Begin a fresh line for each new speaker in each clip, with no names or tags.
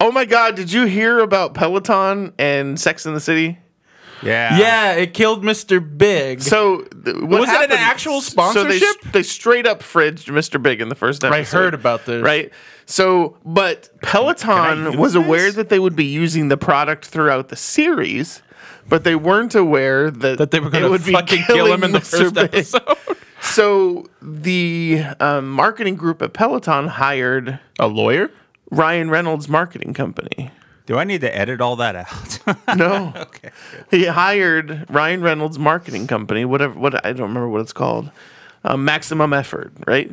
Oh my God! Did you hear about Peloton and Sex in the City?
Yeah.
Yeah, it killed Mr. Big.
So th- what
Was it an
happened-
actual
So they,
sponsorship?
they straight up fridged Mr. Big in the first episode.
I heard about this.
Right. So, but Peloton
use
was
this?
aware that they would be using the product throughout the series, but they weren't aware that
That they were
it
going to
would be
fucking kill him in the
killing
first
Mr. Big.
episode.
So the um, marketing group at Peloton hired
A lawyer?
Ryan Reynolds' marketing company.
Do I need to edit all that out?
No.
okay.
He hired Ryan Reynolds' marketing company, whatever. What I don't remember what it's called, uh, Maximum Effort, right?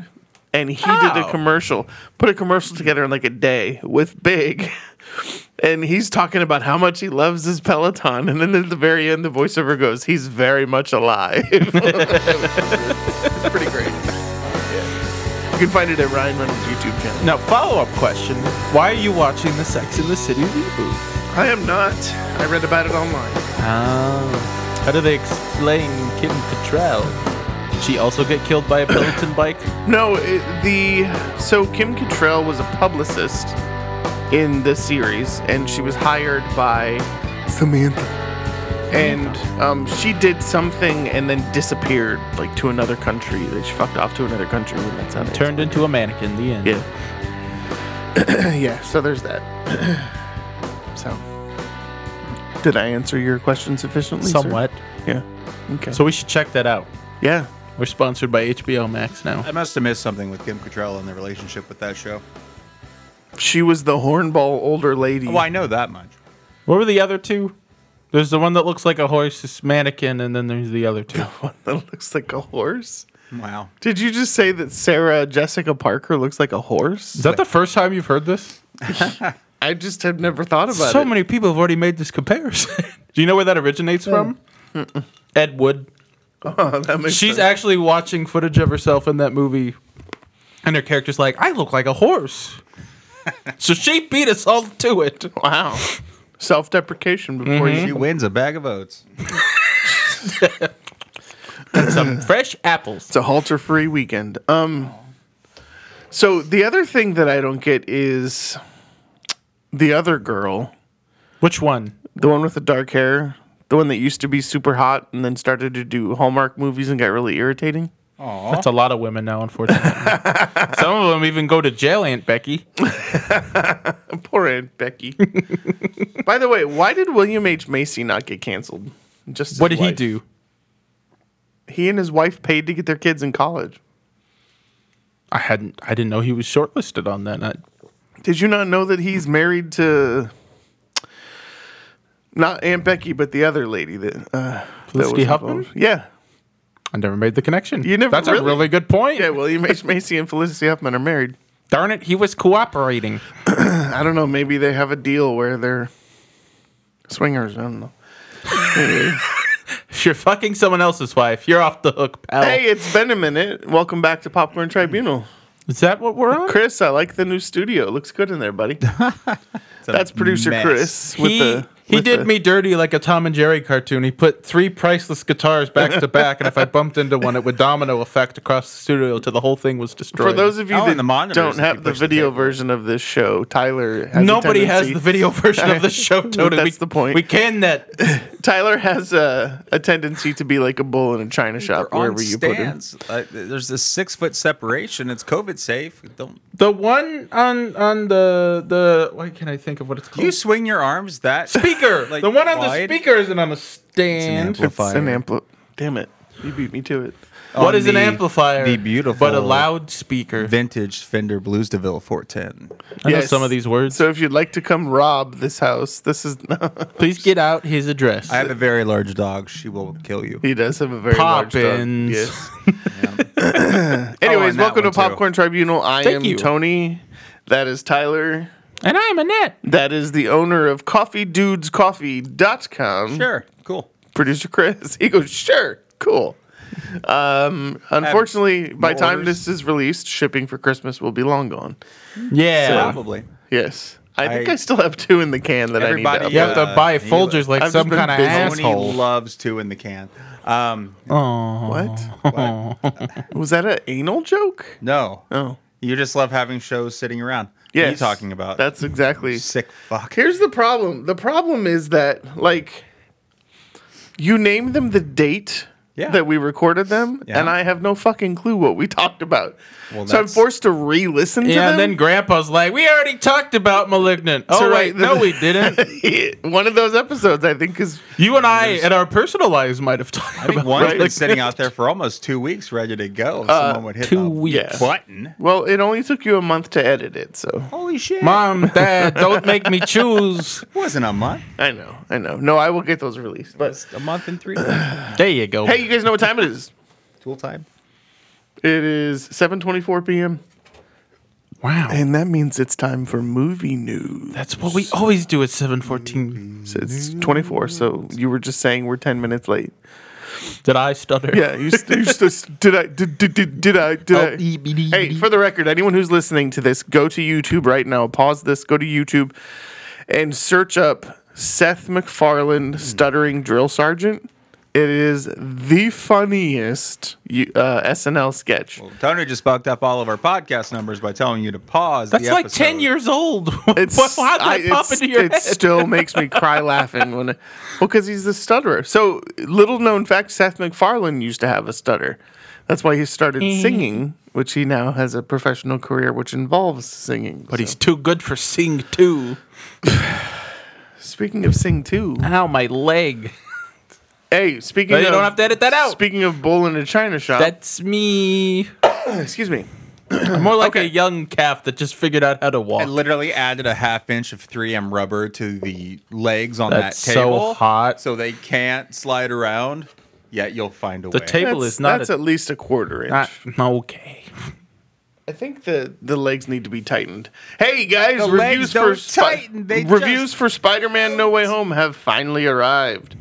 And he did a
Oh.
commercial, put a commercial together in like a day with Big, and he's talking about how much he loves his Peloton, and then at the very end, the voiceover goes, "He's very much alive." it's pretty great. You can find it at Ryan Reynolds' YouTube channel.
Now, follow up question Why are you watching the Sex in the City reboot?
I am not. I read about it online.
Oh. How do they explain Kim Cattrall? Did she also get killed by a Peloton bike?
No, it, the so Kim Cattrall was a publicist in the series, and she was hired by Samantha, and um, she did something and then disappeared like to another country. They she fucked off to another country, and that's how they
Turned into a mannequin, the end.
Yeah, yeah. So there's that. so, did I answer your question sufficiently? sir?
Somewhat.
Yeah. Okay.
So we should check that out.
yeah.
We're sponsored by HBO Max now.
I must have missed something with Kim Cattrall and the relationship with that show.
She was the hornball older lady.
Mm.
Well, Oh, I know that much.
What were the other two? There's the one that looks like a horse's mannequin, and then there's the other two.
One that looks like a horse.
Wow.
Did you just say that Sarah Jessica Parker looks like a
Is
horse?
that the first time you've heard this?
I just have never thought about
so
it.
many people have already made this comparison. Do you know where that originates from? Hmm. Ed Wood.
Oh, that makes
She's
sense.
actually watching footage of herself in that movie, and her character's like, "I look like a horse." so she beat us all to it.
wow. Self-deprecation before
She
Mm.
you.
wins a bag of oats.
Some fresh apples.
It's a halter-free weekend. Um. So the other thing that I don't get is the other girl,
Which one?
the one with the dark hair, the one that used to be super hot and then started to do Hallmark movies and got really irritating.
Aw.
That's a lot of women now, unfortunately. Some of them even go to jail, Aunt Becky.
Poor Aunt Becky. By the way, why did William H Macy not get canceled? Just his
What did he
wife.
do?
He and his wife paid to get their kids in college.
I hadn't. I didn't know he was shortlisted on that night.
Did you not know that he's married to not Aunt Becky, but the other lady that uh, that
Felicity Huffman?
involved? Yeah,
I never made the connection.
You never
That's a
really-
really good point.
yeah. William H Macy and Felicity Huffman are married.
Darn it, he was cooperating.
I don't know. Maybe they have a deal where they're swingers. I don't know.
If you're fucking someone else's wife, you're off the hook, pal.
Hey, it's been a minute. Welcome back to Popcorn Tribunal,
Is that what we're on?
Chris. I like the new studio. It looks good in there, buddy. That's producer
mess.
Chris. With
he
the,
he
with
did
the-
me dirty like a Tom and Jerry cartoon. He put three priceless guitars back to back, and if I bumped into one, it would domino effect across the studio till the whole thing was destroyed.
For those of you
Oh,
that
and the monitors
don't
that you
have the
push the
video
table.
version of this show, Tyler has a
Nobody has
tendency-
the video version of the show, Tony.
That's
we,
the point.
We can that.
Tyler has a, a tendency to be like a bull in a china shop
They're on
wherever you put him.
stands. Uh, there's this six foot separation. It's COVID safe. Don't
The one on on the the why can't I think of what it's
do
called?
you swing your arms that
speaker.
like,
the one on
wide?
the speaker isn't on a stand.
amplifier.
It's an ampli. Damn it. You beat me to it.
What
on
is an
the-
amplifier?
the beautiful
but a loudspeaker.
vintage Fender Bluesdeville 410.
I know
Yes.
some of these words.
So if you'd like to come rob this house, this is.
Please get out his address.
I have a very large dog. She will kill you.
Mm.
he does have a very large dog.
Poppins.
Yes.
Oh,
Anyways,
and that
welcome to
one too.
Popcorn Tribunal. I
Thank
am
you.
Tony. That is Tyler.
and I'm Annette.
That is the owner of CoffeeDudesCoffee.com.
Sure. Cool.
Producer Chris. He goes, sure, cool. Um, unfortunately, by
no
time
orders?
this is released, shipping for Christmas will be long gone.
Yeah.
Probably.
Yes. I think I,
I-
still have two in the can that I need to
Everybody-
upload.
you have to
Uh,
buy
he
Folgers like
I've just
some
been
kind of
busy.
Tony
asshole.
loves two in the can. Um,
Oh.
What? Was that an anal joke?
no,
Oh.
you just love having shows sitting around. you
Yes,
talking about?
That's exactly.
sick fuck.
Here's the problem. The problem is that like you name them the date
Yeah.
that we recorded them,
Yeah.
and I have no fucking clue what we talked about.
Well,
so I'm
that's-
forced to re-listen to
Yeah,
them.
and then Grandpa's like, "We already talked about malignant." Oh
So,
wait,
right,
no,
the-
we didn't.
one of those episodes, I think, is
You and I, at our personal lives, might have talked
I think
about
one's been
Right.
sitting out there for almost two weeks, ready to go. If someone would hit
Uh, two
the
weeks.
Yeah.
button.
well, it only took you a month to edit it, so
Holy shit!
Mom, Dad, don't make me choose.
It wasn't a month.
I know, I know. No, I will get those released. But
It's a month and three.
There you go.
hey, you guys know what time it is?
Tool time.
It is 7:24 p.m.
wow,
And that means it's time for movie news.
that's what we always do at seven fourteen.
So it's 24, so you were just saying we're 10 minutes late.
Did I stutter? Oh,
Yeah, you, st- you st- did I did did did, did I did
E
I? Hey, for the record, anyone who's listening to this, go to YouTube right now. Pause this. Go to YouTube and search up Seth MacFarlane stuttering drill sergeant. It is the funniest you- uh, SNL sketch.
Tony just fucked up all of our podcast numbers by telling you to pause.
That's
the
like
episode.
ten years old. It's, How did
I-
that pop
it's-
into your
it
head?
still makes me cry laughing when, I, well, because he's the stutterer. So little known fact: Seth MacFarlane used to have a stutter. That's why he started
Mm-hmm.
singing, which he now has a professional career which involves singing.
but he's too good for Sing Two.
speaking of sing too.
Ow, my leg.
Hey, speaking
No, you
of,
don't have to edit that out.
Speaking of bull in a china shop.
That's me.
excuse me.
I'm more like a young calf that just figured out how to
I
walk.
literally added a half inch of 3M rubber to the legs on
That's
that
so
table.
hot.
So they can't slide around. Yet you'll find a
The
way.
table
That's,
is not.
that's
a,
at least a quarter inch.
not okay.
I think the the legs need to be tightened. Hey guys,
The
reviews
legs
for
don't
Spi-
tighten, they
reviews
just-
for Spider-Man No Way Home have finally arrived.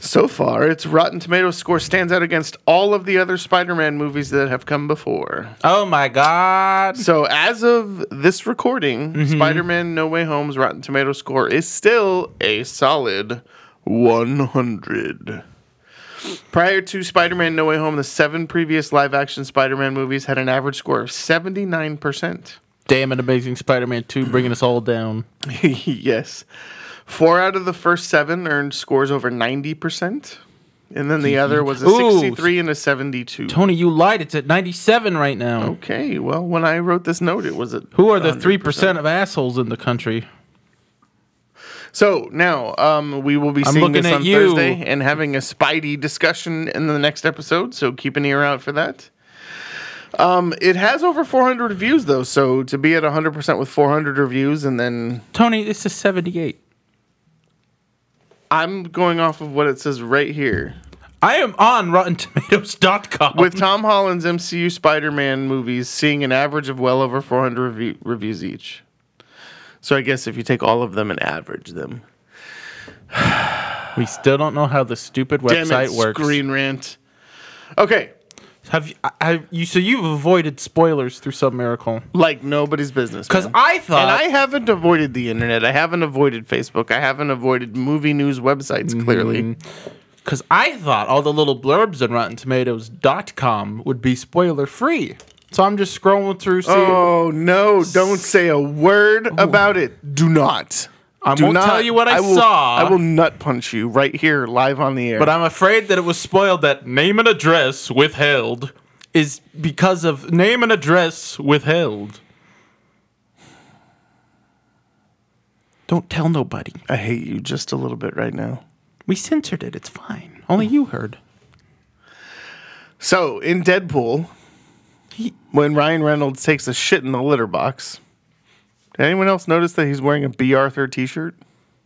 So far, its Rotten Tomatoes score stands out against all of the other Spider-Man movies that have come before.
Oh my god.
So as of this recording,
Mm-hmm.
Spider-Man No Way Home's Rotten Tomato score is still a solid 100. Prior to Spider-Man No Way Home, the seven previous live-action Spider-Man movies had an average score of 79%.
Damn it, Amazing Spider-Man 2 bringing us all down.
yes. Four out of the first seven earned scores over 90%. And then the other was a
Mm-hmm. Ooh.
63 and a 72.
Tony, you lied. It's at 97 right now.
Okay, well, when I wrote this note, it was at
Who are the
100%.
3% of assholes in the country?
So now um, we will be
I'm
seeing
looking
this
at
on
you.
Thursday and having a Spidey discussion in the next episode. So keep an ear out for that. Um, it has over 400 reviews though, so to be at 100% with 400 reviews, and then
Tony, this is 78.
I'm going off of what it says right here.
I am on RottenTomatoes.com.
With Tom Holland's MCU Spider-Man movies seeing an average of well over 400 review- reviews each. So I guess if you take all of them and average them,
we still don't know how the stupid
damn
website
it,
works.
Green Rant. Okay,
Have you, I- I- you? So you've avoided spoilers through some miracle?
like nobody's business.
Because
man.
I thought
and I haven't avoided the internet. I haven't avoided Facebook. I haven't avoided movie news websites, clearly.
Mm-hmm. Because I thought all the little blurbs on RottenTomatoes.com would be spoiler free. So I'm just scrolling through. See,
Oh, no. Don't say a word about it. Do not.
I
Do
won't
not.
tell you what I,
will-
saw.
I will nut punch you right here, live on the air.
But I'm afraid that it was spoiled that name and address withheld is because of name and address withheld. Don't tell nobody.
I hate you just a little bit right now.
We censored it. It's fine. Only you heard.
So, in Deadpool,
He-
when Ryan Reynolds takes a shit in the litter box, did anyone else notice that he's wearing a B. Arthur t shirt?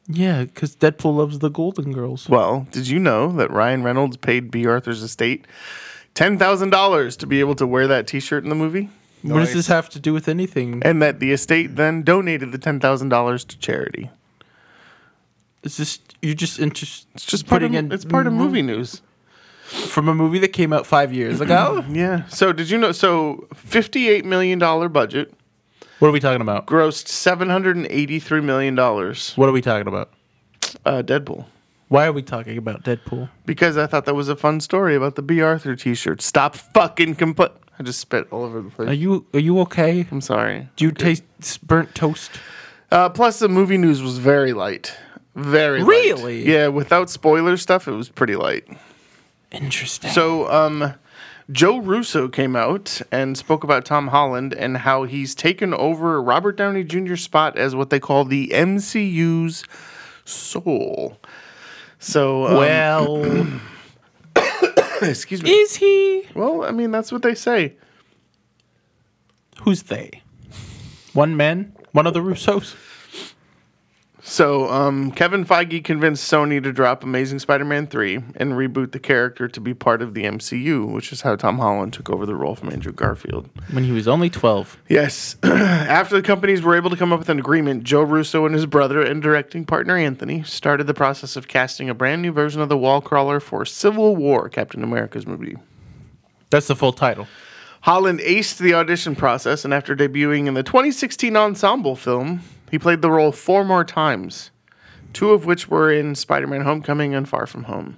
Yeah, because Deadpool loves the Golden Girls.
Well, did you know that Ryan Reynolds paid B. Arthur's estate $10,000 to be able to wear that t shirt in the movie?
What does this have to do with anything?
And that the estate then donated the $10,000 to charity.
Is this you just interest?
It's just part, of,
Putting in- Mm-hmm.
it's part of movie news.
from a movie that came out five years ago.
Yeah. So, did you know? So, $58 million budget
what are we talking about?
grossed $783 million. Uh,
What are we talking about?
Deadpool.
Why are we talking about Deadpool?
Because I thought that was a fun story about the B. Arthur t shirt. Stop fucking complaining. I just spit all over the place.
Are you are you okay?
I'm sorry.
Do you taste burnt toast?
Uh, plus, the movie news was very light. Very light.
Really?
Yeah, without spoiler stuff, it was pretty light.
Interesting.
So, um, Joe Russo came out and spoke about Tom Holland and how he's taken over Robert Downey Jr.'s spot as what they call the MCU's soul. So, um,
well,
excuse me.
is he?
Well, I mean, that's what they say.
Who's they? One man, one of the Russos.
So, um, Kevin Feige convinced Sony to drop Amazing Spider Man 3 and reboot the character to be part of the MCU, which is how Tom Holland took over the role from Andrew Garfield.
When he was only twelve.
Yes. After the companies were able to come up with an agreement, Joe Russo and his brother and directing partner Anthony started the process of casting a brand new version of the wall crawler for Civil War, Captain America's movie.
That's the full title.
Holland aced the audition process, and after debuting in the 2016 ensemble film, he played the role four more times, two of which were in Spider Man Homecoming and Far From Home.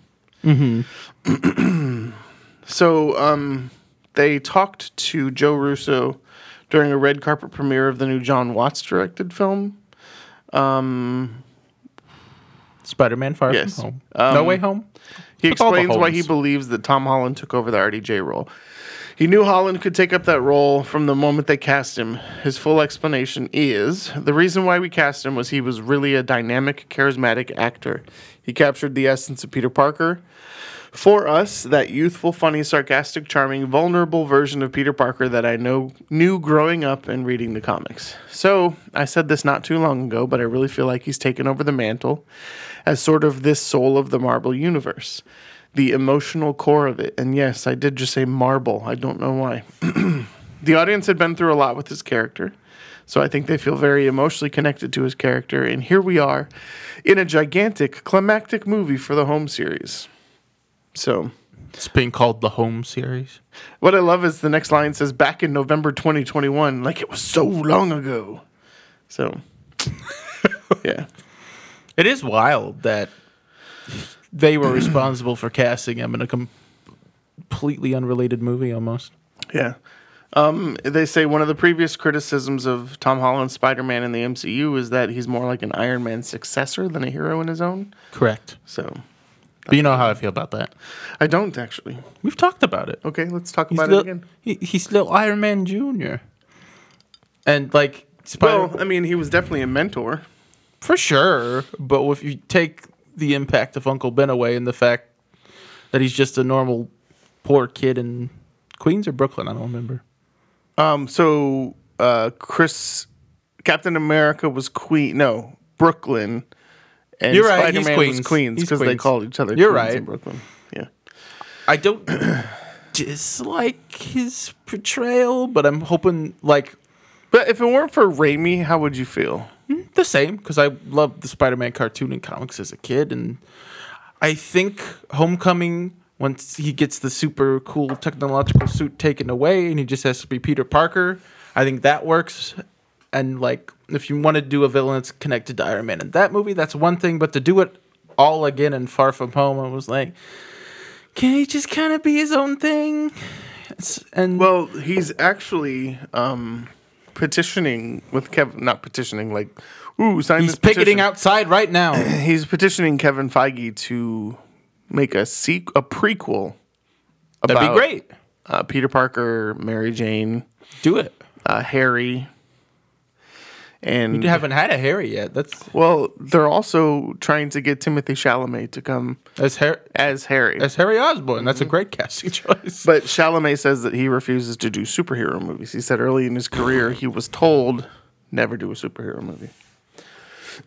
Mm-hmm. so um, they talked to Joe Russo during a red carpet premiere of the new John Watts directed film.
Spider-Man: Far
Yes.
From Home.
Um,
no Way Home.
He
With all the
explains why he
homes.
believes that Tom Holland took over the RDJ role. He knew Holland could take up that role from the moment they cast him. His full explanation is the reason why we cast him was he was really a dynamic, charismatic actor. He captured the essence of Peter Parker. For us, that youthful, funny, sarcastic, charming, vulnerable version of Peter Parker that I know knew growing up and reading the comics. So I said this not too long ago, but I really feel like he's taken over the mantle as sort of this soul of the Marvel universe, the emotional core of it. And yes, I did just say marble. I don't know why. the audience had been through a lot with his character. So I think they feel very emotionally connected to his character, and here we are, in a gigantic climactic movie for the home series. So
It's being called the Home series.
what I love is the next line says back in November 2021, like it was so long ago. So yeah.
It is wild that they were responsible for casting him in a com- completely unrelated movie almost.
Yeah. Um, they say one of the previous criticisms of Tom Holland's Spider-Man in the MCU is that he's more like an Iron Man successor than a hero in his own.
Correct.
So
But you know how I feel about that.
I don't actually.
We've talked about it.
Okay, let's talk
He's
about
little,
it again.
He, he's little Iron Man Jr. And like Spider
Well, I mean, he was definitely a mentor.
for sure, but if you take the impact of Uncle Ben away and the fact that he's just a normal poor kid in Queens or Brooklyn, I don't remember.
Um, so uh, Chris, Captain America was Queen. No, Brooklyn. And
You're right, he's
Spider-Man was
Queens.
Queens
He's
because they
Queens.
called each other.
You're
Queens
right.
In Brooklyn. Yeah.
I don't dislike his portrayal, but I'm hoping like
But if it weren't for Raimi, how would you feel?
the same because I loved the Spider-Man cartoon and comics as a kid, and I think Homecoming once he gets the super cool technological suit taken away and he just has to be Peter Parker, I think that works. And like, if you want to do a villain that's connected to Iron Man in that movie, that's one thing. But to do it all again in Far From Home, I was like, can he just kind of be his own thing? It's- and
Well, he's actually um, petitioning with Kevin. Not petitioning, like, ooh, sign
he's
this petition.
picketing outside right now.
He's petitioning Kevin Feige to make a sequ- a prequel.
That'd be
about,
great.
Uh, Peter Parker, Mary Jane,
Do it.
uh, Harry, and
You haven't had a Harry yet. That's
well, they're also trying to get Timothy Chalamet to come
As Harry,
as Harry.
as Harry Osborn, that's a great casting choice.
Mm-hmm. but Chalamet says that he refuses to do superhero movies. He said early in his career he was told never do a superhero movie.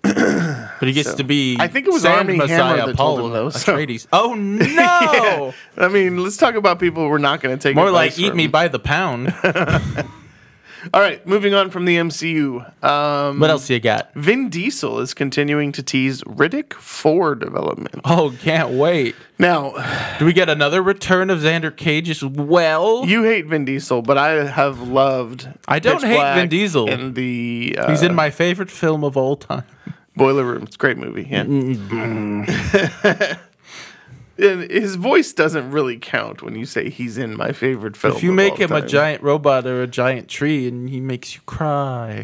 But he gets to be.
I think it was Armie Hammer that told him though, so-
Atreides. Oh no!
I mean, let's talk about people we're not going to take
More
advice
like eat
from.
me by the pound.
All right, moving on from the MCU. Um,
what else you got?
Vin Diesel is continuing to tease Riddick 4 development.
Oh, can't wait.
Now,
Do we get another return of Xander Cage as well?
you hate Vin Diesel, but I have loved.
I don't
Pitch
hate
Black
Vin Diesel.
And the uh,
He's in my favorite film of all time. Mm-hmm.
Boiler Room. It's a great movie. Yeah. And his voice doesn't really count when you say he's in my favorite film.
If you
of
make
all
him a
time.
giant robot or a giant tree and he makes you cry.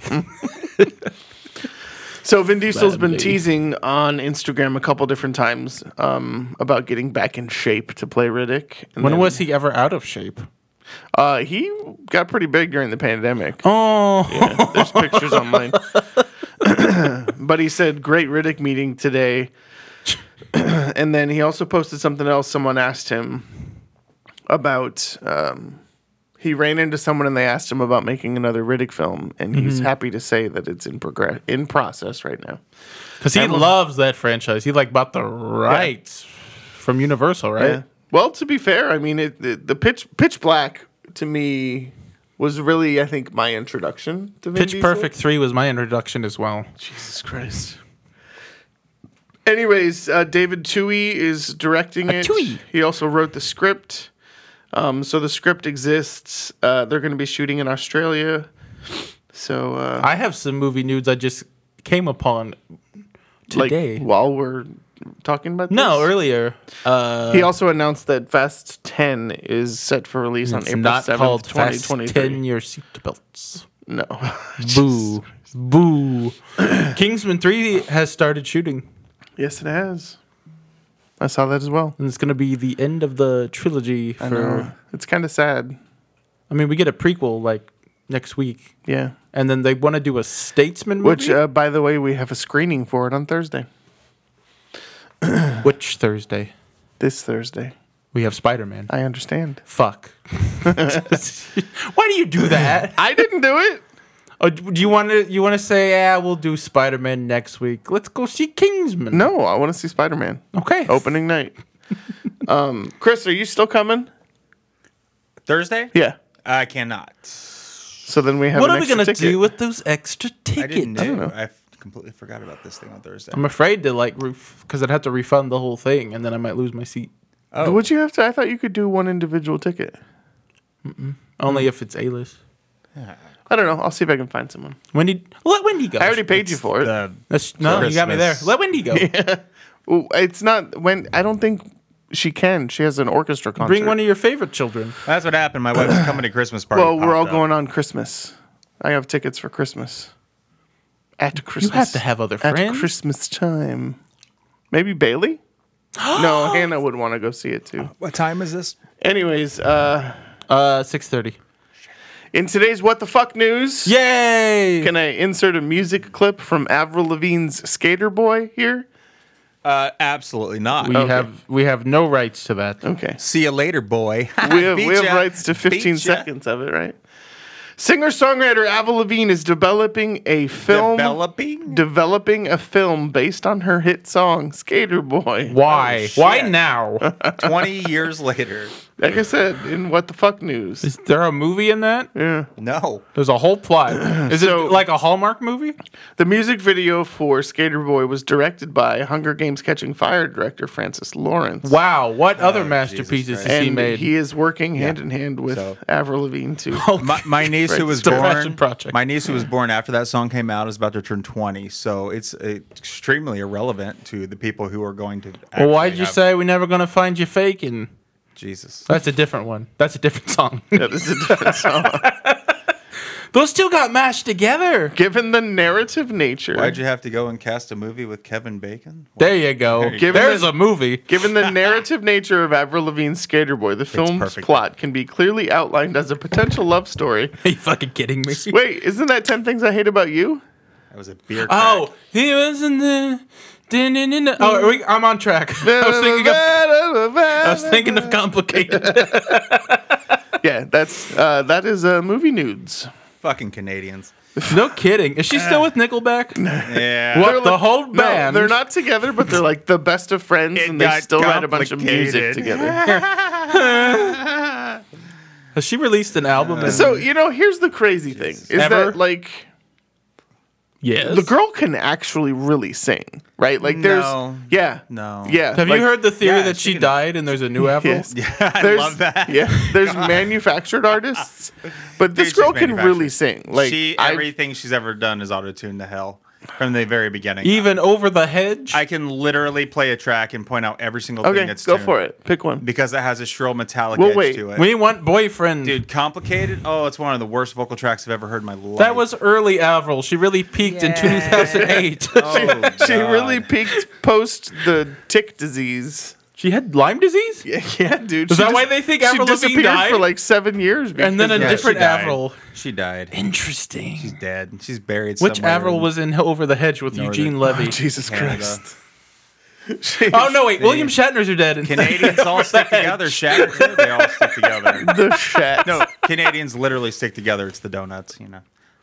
So Vin Diesel's been
Badly.
teasing on Instagram a couple different times um, about getting back in shape to play Riddick. And
when
then,
was he ever out of shape?
Uh, he got pretty big during the pandemic.
Oh,
Yeah, there's pictures online. but he said, great Riddick meeting today. and then he also posted something else. Someone asked him about. Um, he ran into someone and they asked him about making another Riddick film, and he's
Mm-hmm.
happy to say that it's in progress, in process right now.
because he loves that franchise. He like bought the rights from Universal, right?
Yeah. Well, to be fair, I mean, it, the, the pitch pitch black to me was really, I think, my introduction to Vin
Pitch
Diesel.
Perfect Three was my introduction as well.
Jesus Christ. Anyways, uh, David Tui is directing it.
Tui.
He also wrote the script. Um, so the script exists. Uh, they're going to be shooting in Australia. So uh,
I have some movie news I just came upon today.
like while we're talking about
no,
this,
earlier. Uh,
he also announced that Fast 10 is set for release on
it's
April
not
7th,
called Fast
2023.
Ten Your Seatbelts.
No.
Boo, boo. Kingsman Three has started shooting,
Yes, it has. I saw that as well.
and it's going to be the end of the trilogy. For I,
It's kind of sad.
mean, we get a prequel like next week,
Yeah.
and then they want to do a Statesman movie.
Which, uh, by the way, we have a screening for it on Thursday. uh,
Which Thursday
This Thursday.
we have Spider Man.
I understand.
Fuck. Why do you do that?
I didn't do it.
Oh, do you want to? You want to say, yeah, we'll do Spider Man next week. Let's go see Kingsman.
No, I want to see Spider Man.
Okay.
Opening night. um, Chris, are you still coming?
Thursday?
Yeah.
I cannot.
So then we have.
What
an
are we
extra
gonna
ticket.
do with those extra
I didn't
tickets?
know. I,
know.
f- completely forgot about this thing on Thursday.
I'm afraid to like roof because I'd have to refund the whole thing, and then I might lose my seat.
Oh.
Would you have to? I thought you could do one individual ticket.
Only if it's A list.
I don't know. I'll see if I can find someone.
Wendy, let Wendy go.
I already paid you for it.
The-
That's, no, you got me there.
Christmas.
Let Wendy go.
Ooh, it's not when I don't think she can. She has an orchestra concert.
Bring one of your favorite children.
that's what happened. My wife's coming to Christmas party.
Well, we're all
popped up.
going on Christmas. I have tickets for Christmas. At Christmas.
to have other
At
friends.
Christmas time. Maybe Bailey? no, Hannah would want to go see it too.
What time is this?
Anyways, uh,
Uh, six thirty.
in today's What the Fuck news,
Yay!
can I insert a music clip from Avril Lavigne's Skater Boy here?
Uh, absolutely not.
we
Okay. Oh,
have we have no rights to that.
Okay.
See you later, boy.
we have,
Beat
we have
ya.
rights to 15
Beat ya.
seconds of it, right? Singer songwriter Avril Lavigne is developing a film.
Developing?
developing a film based on her hit song Skater Boy.
Why?
Oh, shit.
Why now?
20 years later.
Like I said, in what the fuck news?
Is there a movie in that?
Yeah.
No.
There's a whole plot. Is
So-
it like a Hallmark movie?
The music video for Skater Boy was directed by Hunger Games Catching Fire director Francis Lawrence.
Wow! What other
Oh, Jesus
masterpieces
Christ.
has he
And
made?
he is working hand in hand with
So-
Avril Lavigne too.
Oh,
My, my niece who was
It's a passion
born
project.
my niece who was born after that song came out is about to turn 20 so it's uh, extremely irrelevant to the people who are going to
well,
actually
why'd you
have-
say we're never gonna find you faking?
Jesus
That's a different one. That's a different song.
Yeah, this is a different song.
Those two got mashed together.
Given the narrative nature,
why'd you have to go and cast a movie with Kevin Bacon
There you go.
you
go.
There's a movie.
Given the narrative nature of Avril Lavigne's Skater Boy, the film's
perfect.
plot can be clearly outlined as a potential love story.
Are you fucking kidding me?
Wait, isn't that 10 Things I Hate About You?
that was a beer
Oh, he was in the. din-din-din-din. Oh, are we, I'm on track. I was thinking of. I was thinking of complicated.
Yeah, that's uh, that is uh, movie nudes.
fucking Canadians
no kidding. Is she still with Nickelback?
yeah
What
They're
the
like-
whole
no,
band?
they're not together, but they're like the best of friends,
It
and they
got
still write a bunch of music
complicated.
together.
Has she released an album? and-
so you know, here's the crazy thing: is
Ever?
that like
yes.
the girl can actually really sing, right? Like there's
No.
yeah,
No.
yeah.
Have
like,
you heard the theory
yeah,
that
she
she
can-
died and there's a new Avril?
Yes.
I
There's,
love that
Yeah, there's manufactured artists, but this
Dude,
girl
she's
can really
manufactured.
sing. Like
she
I-
everything she's ever done is auto-tuned to hell from the very beginning.
Even over the hedge.
I can literally play a track and point out every single
Okay,
thing that's
go
tuned.
for it. Pick one.
because it has a shrill metallic
Well,
edge
wait.
to it.
we want boyfriend.
Dude, complicated. Oh, it's one of the worst vocal tracks I've ever heard in my life.
That was early Avril. She really peaked in
Yeah.
2008.
Oh,
She
God.
really peaked post the tick disease.
she had Lyme disease?
Yeah, yeah dude.
Is
She
that
dis-
why they think Avril
she
Lavigne
disappeared
died?
for like seven years?
And then
because
a
of
Yeah,
that.
she
different
died.
Avril.
She died.
Interesting.
She's dead. She's buried.
Which
somewhere
Avril
in-
was in Over the Hedge with
Northern-
Eugene Levy?
Oh, Jesus
Canada.
Christ.
Oh, no, wait. William Shatner's are dead.
Canadians all stick together. Shattered. too, They all stick together.
The shat.
No, Canadians literally stick together. It's the donuts, you know.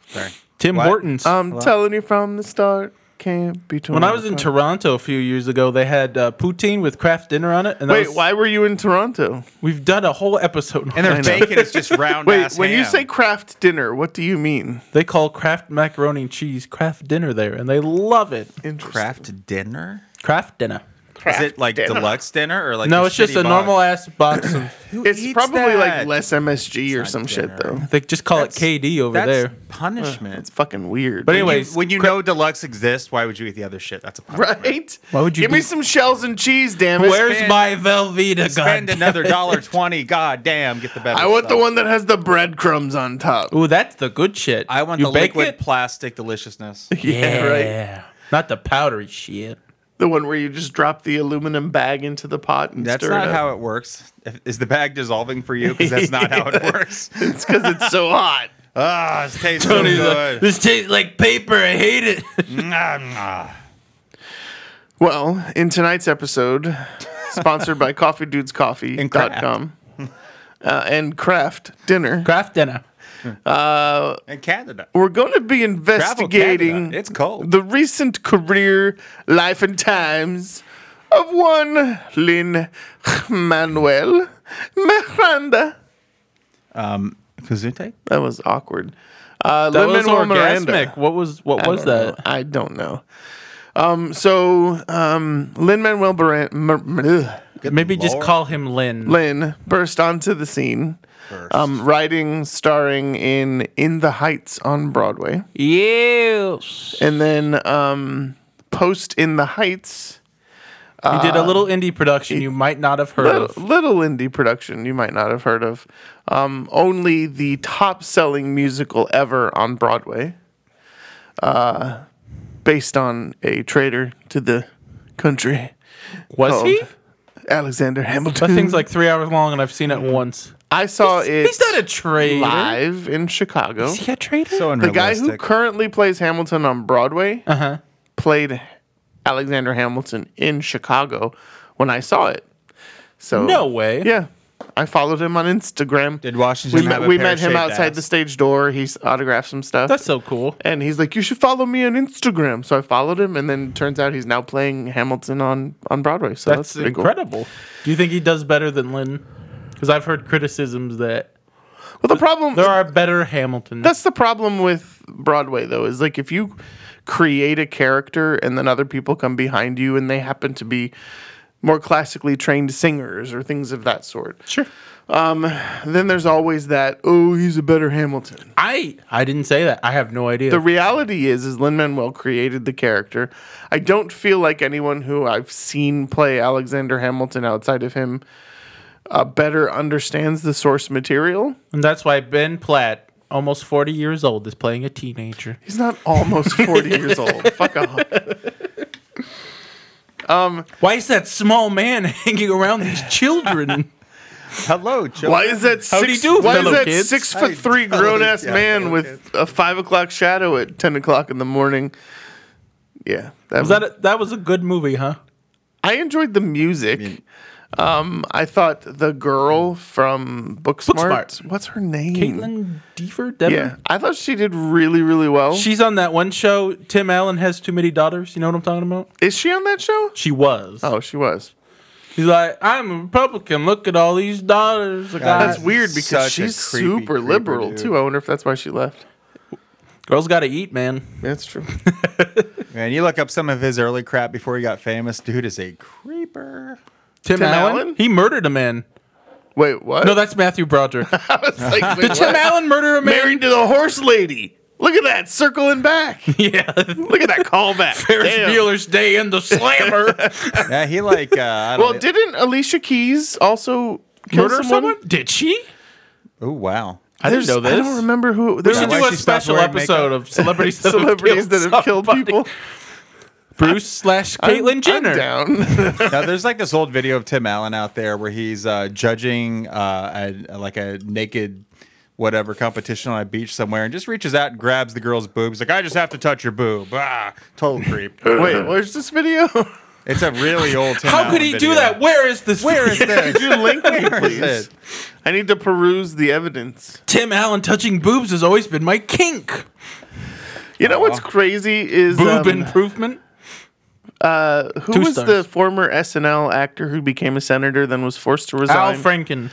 Sorry.
Tim
What?
Hortons.
I'm
Um,
telling you from the start, can't be torn.
when I was in
apart.
Toronto a few years ago, they had uh, poutine with Kraft dinner on it. And that
Wait,
was-
why were you in Toronto?
We've done a whole episode. on
And
I
their
know.
bacon is just round.
Wait,
ass
when you
ham.
say craft dinner, what do you mean?
They call Kraft macaroni and cheese Kraft dinner there, and they love it.
craft dinner,
Kraft dinner.
is it like deluxe dinner or like
no,
the
it's just
shitty
a
box?
normal ass box of.
It's
eats
probably like
that?
less MSG or
not
some shit
dinner.
though.
They just call
That's-
it KD over
That's
there.
It's
punishment.
fucking weird.
But
dude.
anyways,
when you know deluxe exists, why would you eat the other shit? That's a punishment.
right?
Why would you
give me
be-
some shells and cheese? Damn it!
Where's
spend-
my Velveeta
Spend
gun?
another dollar twenty. God damn, get the better.
I want the
stuff.
one that has the breadcrumbs on top.
Ooh, that's the good shit.
I want
you
the
bake
liquid
it?
plastic deliciousness.
Yeah, right.
Not the powdery shit.
The one where you just drop the aluminum bag into the pot and
That's
stir it
not
up.
how it works. If- Is the bag dissolving for you? Because that's not how it works.
It's because it's so hot.
Ah, it tastes so
Tony's like,
good.
this tastes like paper. I hate it.
Mwah,
Well, in tonight's episode, sponsored by CoffeeDudesCoffee.com uh, and Craft Dinner,
Kraft dinner.
mwah. In Canada,
we're going to be
travel Canada.
investigating
It's cold.
the recent career, life, and times of one Lynn Manuel Miranda.
um, Kazunte?
That was awkward. Uh,
That was
Lin-Manuel
orgasmic.
Miranda.
What was what
I
was
don't know.
that?
I don't know. Um, so um, Lin Manuel Miranda.
Maybe just
Lord.
call him Lynn.
Lynn burst onto the scene, um, writing, starring in In the Heights on Broadway.
Yes.
And then um, post In the Heights,
He did a little indie production you might not have heard
little,
of.
little indie production you might not have heard of, um, only the top selling musical ever on Broadway, uh, based on a traitor to the country,
Was he?
called Alexander Hamilton.
That thing's like three hours long, and I've seen it once.
I saw it
He's not a traitor.
live in Chicago.
Is he a traitor?
So
The guy who
unrealistic.
currently plays Hamilton on Broadway
Uh-huh.
played Alexander Hamilton in Chicago when I saw it. So
no way.
Yeah, I followed him on Instagram.
Did Washington
we
have
met,
a
we met him
pear-shaped
outside
ass?
the stage door. He s- autographed some stuff.
That's so cool.
and he's like, "You should follow me on Instagram." So I followed him, and then turns out he's now playing Hamilton on on Broadway. So that's,
That's,
pretty
incredible. Do you think he does better than Lynn? Because I've heard criticisms that
Cool. Well, the problem
there are better Hamiltons.
that's the problem with Broadway though is like if you create a character and then other people come behind you and they happen to be more classically trained singers or things of that sort. um,
Sure.
Then there's always that, oh, he's a better Hamilton.
I I didn't say that. I have no idea.
The reality is is Lin Manuel created the character. I don't feel like anyone who I've seen play Alexander Hamilton outside of him uh, better understands the source material.
and that's why Ben Platt, almost forty years old, is playing a teenager.
He's not almost 40 years old. Fuck off.
Why is that small man hanging around these children?
Hello, children.
Why is that
Howdy
six,
do,
why is
fellow
that
kids.
six foot
Howdy,
three
fellow
grown ass
kids.
man with
Kids.
a five o'clock shadow at ten o'clock in the morning? Yeah, that
Was that a, that was a good movie, huh?
I enjoyed the music. um, I thought the girl from Booksmart,
Booksmart.
what's her name?
Caitlin Deaver, Dever?
Hmm. Yeah, I thought she did really, really well.
She's on that one show. Tim Allen has too many daughters. You know what I'm talking about?
Is she on that show?
She was.
Oh, she was.
He's like, I'm a Republican. Look at all these daughters. I got."
That's weird because
Such a
she's
creepy
super
creeper,
liberal
dude.
too. I wonder if that's why she left.
Girls got to eat, man.
That's true.
Man, you look up some of his early crap before he got famous. Dude is a creeper.
Tim,
Tim
Allen?
Allen?
He murdered a man.
Wait, what?
No, that's Matthew Broderick.
I was like, wait,
Did Tim
what?
Allen murder a man?
married to the horse lady. Look at that circling back.
Yeah.
Look at that callback.
Ferris
Damn.
Bueller's Day in the Slammer.
Yeah, he like. Uh, I don't
Well,
know.
didn't Alicia Keys also kill
Murder someone? Did she?
Oh wow.
I didn't know this.
I don't remember who.
We
There's
should
why
do a
she stopped
special
wearing
episode of celebrities that
celebrities
have
that
killed
have killed
somebody.
people.
Bruce slash Caitlyn Jenner.
I'm down.
Now, there's like this old video of Tim Allen out there where he's uh, judging uh, a, like a naked whatever competition on a beach somewhere and just reaches out and grabs the girl's boobs. Like, I just have to touch your boob. Ah, total creep.
Wait, where's this video?
It's a really old Tim
How
Allen
could he do
video.
that? Where is this?
Where is this?
Could you link me,
Where is
please?
it?
I need to peruse the evidence.
Tim Allen touching boobs has always been my kink.
You know what's crazy is
Boob
um,
improvement.
who
Two
was
stars.
the former SNL actor who became a senator then was forced to
Al
resign?
Franken.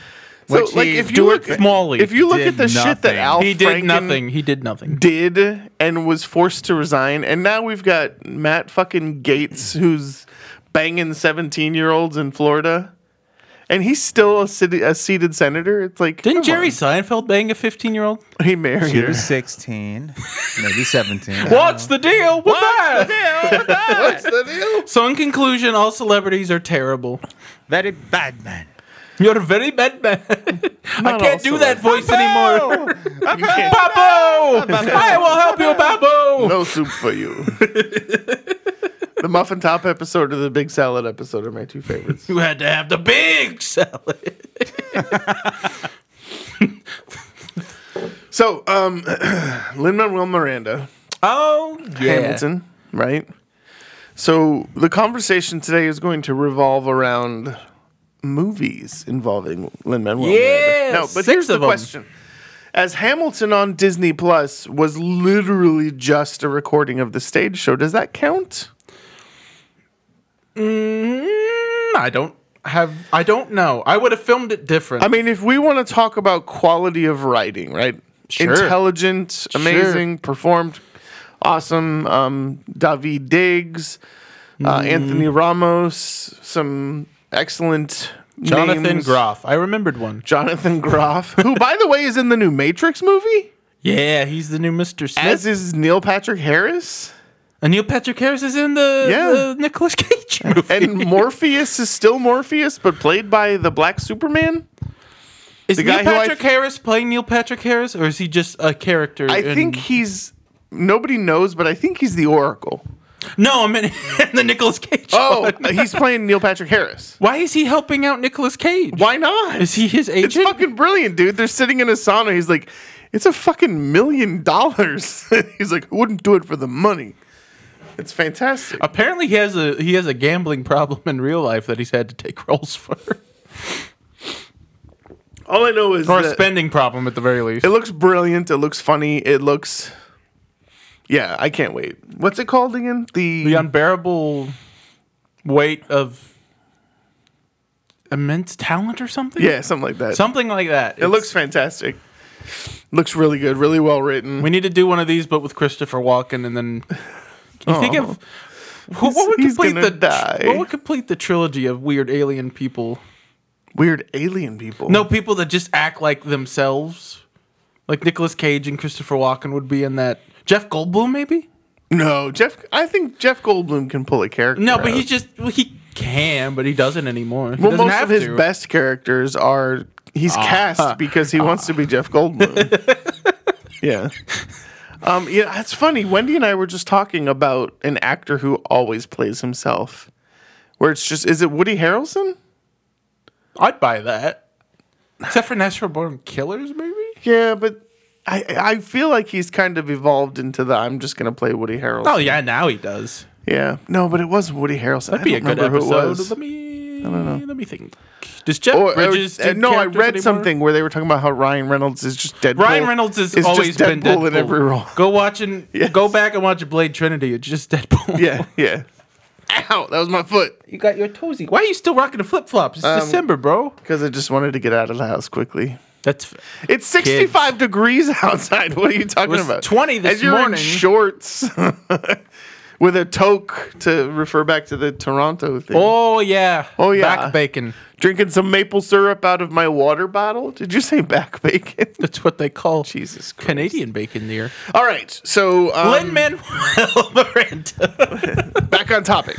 So,
Which
like,
he
if you look,
Stuart Smalley
if you look at the
did
shit that
nothing.
Al
He did
Franken
nothing. He did nothing.
did and was forced to resign, and now we've got Matt fucking Gates who's banging seventeen-year-olds in Florida, and he's still a, city, a seated senator. It's like
Didn't
come
Jerry
on.
Seinfeld bang a 15 year old?
He married
She
her.
was 16, maybe 17.
What's the deal with that?
What's the deal?
So, in conclusion, all celebrities are terrible.
Very bad man.
You're a very bad man. I
all
can't do that voice anymore.
You can't-
Babo! I will help you, Babo!
No soup for you. the muffin top episode or the big salad episode are my two favorites.
You had to have the big salad.
So, um, Lin Manuel Miranda,
Oh, yeah.
Hamilton, right? So, the conversation today is going to revolve around movies involving Lin Manuel
Yeah,
Miranda. No, but
six
here's the
of 'em.
question. As Hamilton on Disney Plus was literally just a recording of the stage show, does that count?
Mm, I don't have. I don't know. I would have filmed it different.
I mean, if we want to talk about quality of writing, right?
Sure.
Intelligent, amazing, performed, awesome. Um, David Diggs, uh,
Mm-hmm.
Anthony Ramos, some excellent
Jonathan
names.
Groff. I remembered one.
Jonathan Groff, who, by the way, is in the new Matrix movie,
Yeah, he's the new Mr. Smith.
as is Neil Patrick Harris.
and Neil Patrick Harris is in the,
Yeah.
the Nicolas Cage movie.
And Morpheus is still Morpheus, but played by the Black Superman.
is
the
Neil
guy who I
Patrick Harris playing Neil Patrick Harris, or is he just a character?
I
in-
think he's nobody knows, but I think he's the Oracle.
no. I'm in, the Nicolas Cage.
Oh,
one.
he's playing Neil Patrick Harris.
why is he helping out Nicolas Cage?
Why not?
is he his
It's
agent?
fucking brilliant, dude. They're sitting in a sauna. He's like, it's a fucking million dollars. He's like, I wouldn't do it for the money. It's fantastic.
Apparently, he has a he has a gambling problem in real life that he's had to take roles for,
All I know is
or a
that
spending problem at the very least.
it looks brilliant. It looks funny. It looks. Yeah, I can't wait. What's it called again? The,
the unbearable weight of immense talent or something
yeah, something like that.
something like that
it looks fantastic. Looks really good. Really well written.
we need to do one of these but with christopher walken and then can you think of who, what would
Oh. He's- he's
complete
gonna
the
die.
what would complete the trilogy of weird alien people
Weird alien people.
no people that just act like themselves like Nicolas cage and christopher walken would be in that jeff goldblum maybe
no, Jeff. I think Jeff Goldblum can pull a character.
no but
out.
he's just well, he can but he doesn't anymore he
Well,
doesn't
most
have
of his
to. Ah.
best characters are he's cast because he wants to be Jeff Goldblum. yeah. Um, yeah, it's funny. Wendy and I were just talking about an actor who always plays himself. Where it's just is it Woody Harrelson?
i'd buy that except for natural born killers maybe
Yeah, but I I feel like he's kind of evolved into the I'm just gonna play Woody Harrelson.
Oh yeah, now he does.
Yeah. No, but it wasn't Woody Harrelson.
That'd be a good
remember who it
episode.
was.
Let me. I don't know. Let me think. Does Jeff
Or, or-
Bridges?
uh,
do
no, I
characters
read
anymore?
something where they were talking about how Ryan Reynolds is just Deadpool.
Ryan Reynolds has
is just
always been Deadpool
Deadpool in every role.
Go watch and
Yes.
go back and watch Blade Trinity. It's just Deadpool.
Yeah, yeah. Ow, that was my foot.
you got your toesy. Why are you still rocking the flip flops?
Um,
It's December, bro.
Because I just wanted to get out of the house quickly.
That's
It's 65 degrees outside. What are you talking
was
about?
20 this
As you're in
morning.
shorts. with a toque to refer back to the Toronto thing.
Oh yeah.
Oh, yeah.
Back bacon.
Drinking some maple syrup out of my water bottle. Did you say back bacon?
That's what they call
Jesus Christ.
Canadian bacon there.
All right. So um,
Lin Manuel Miranda.
back on topic.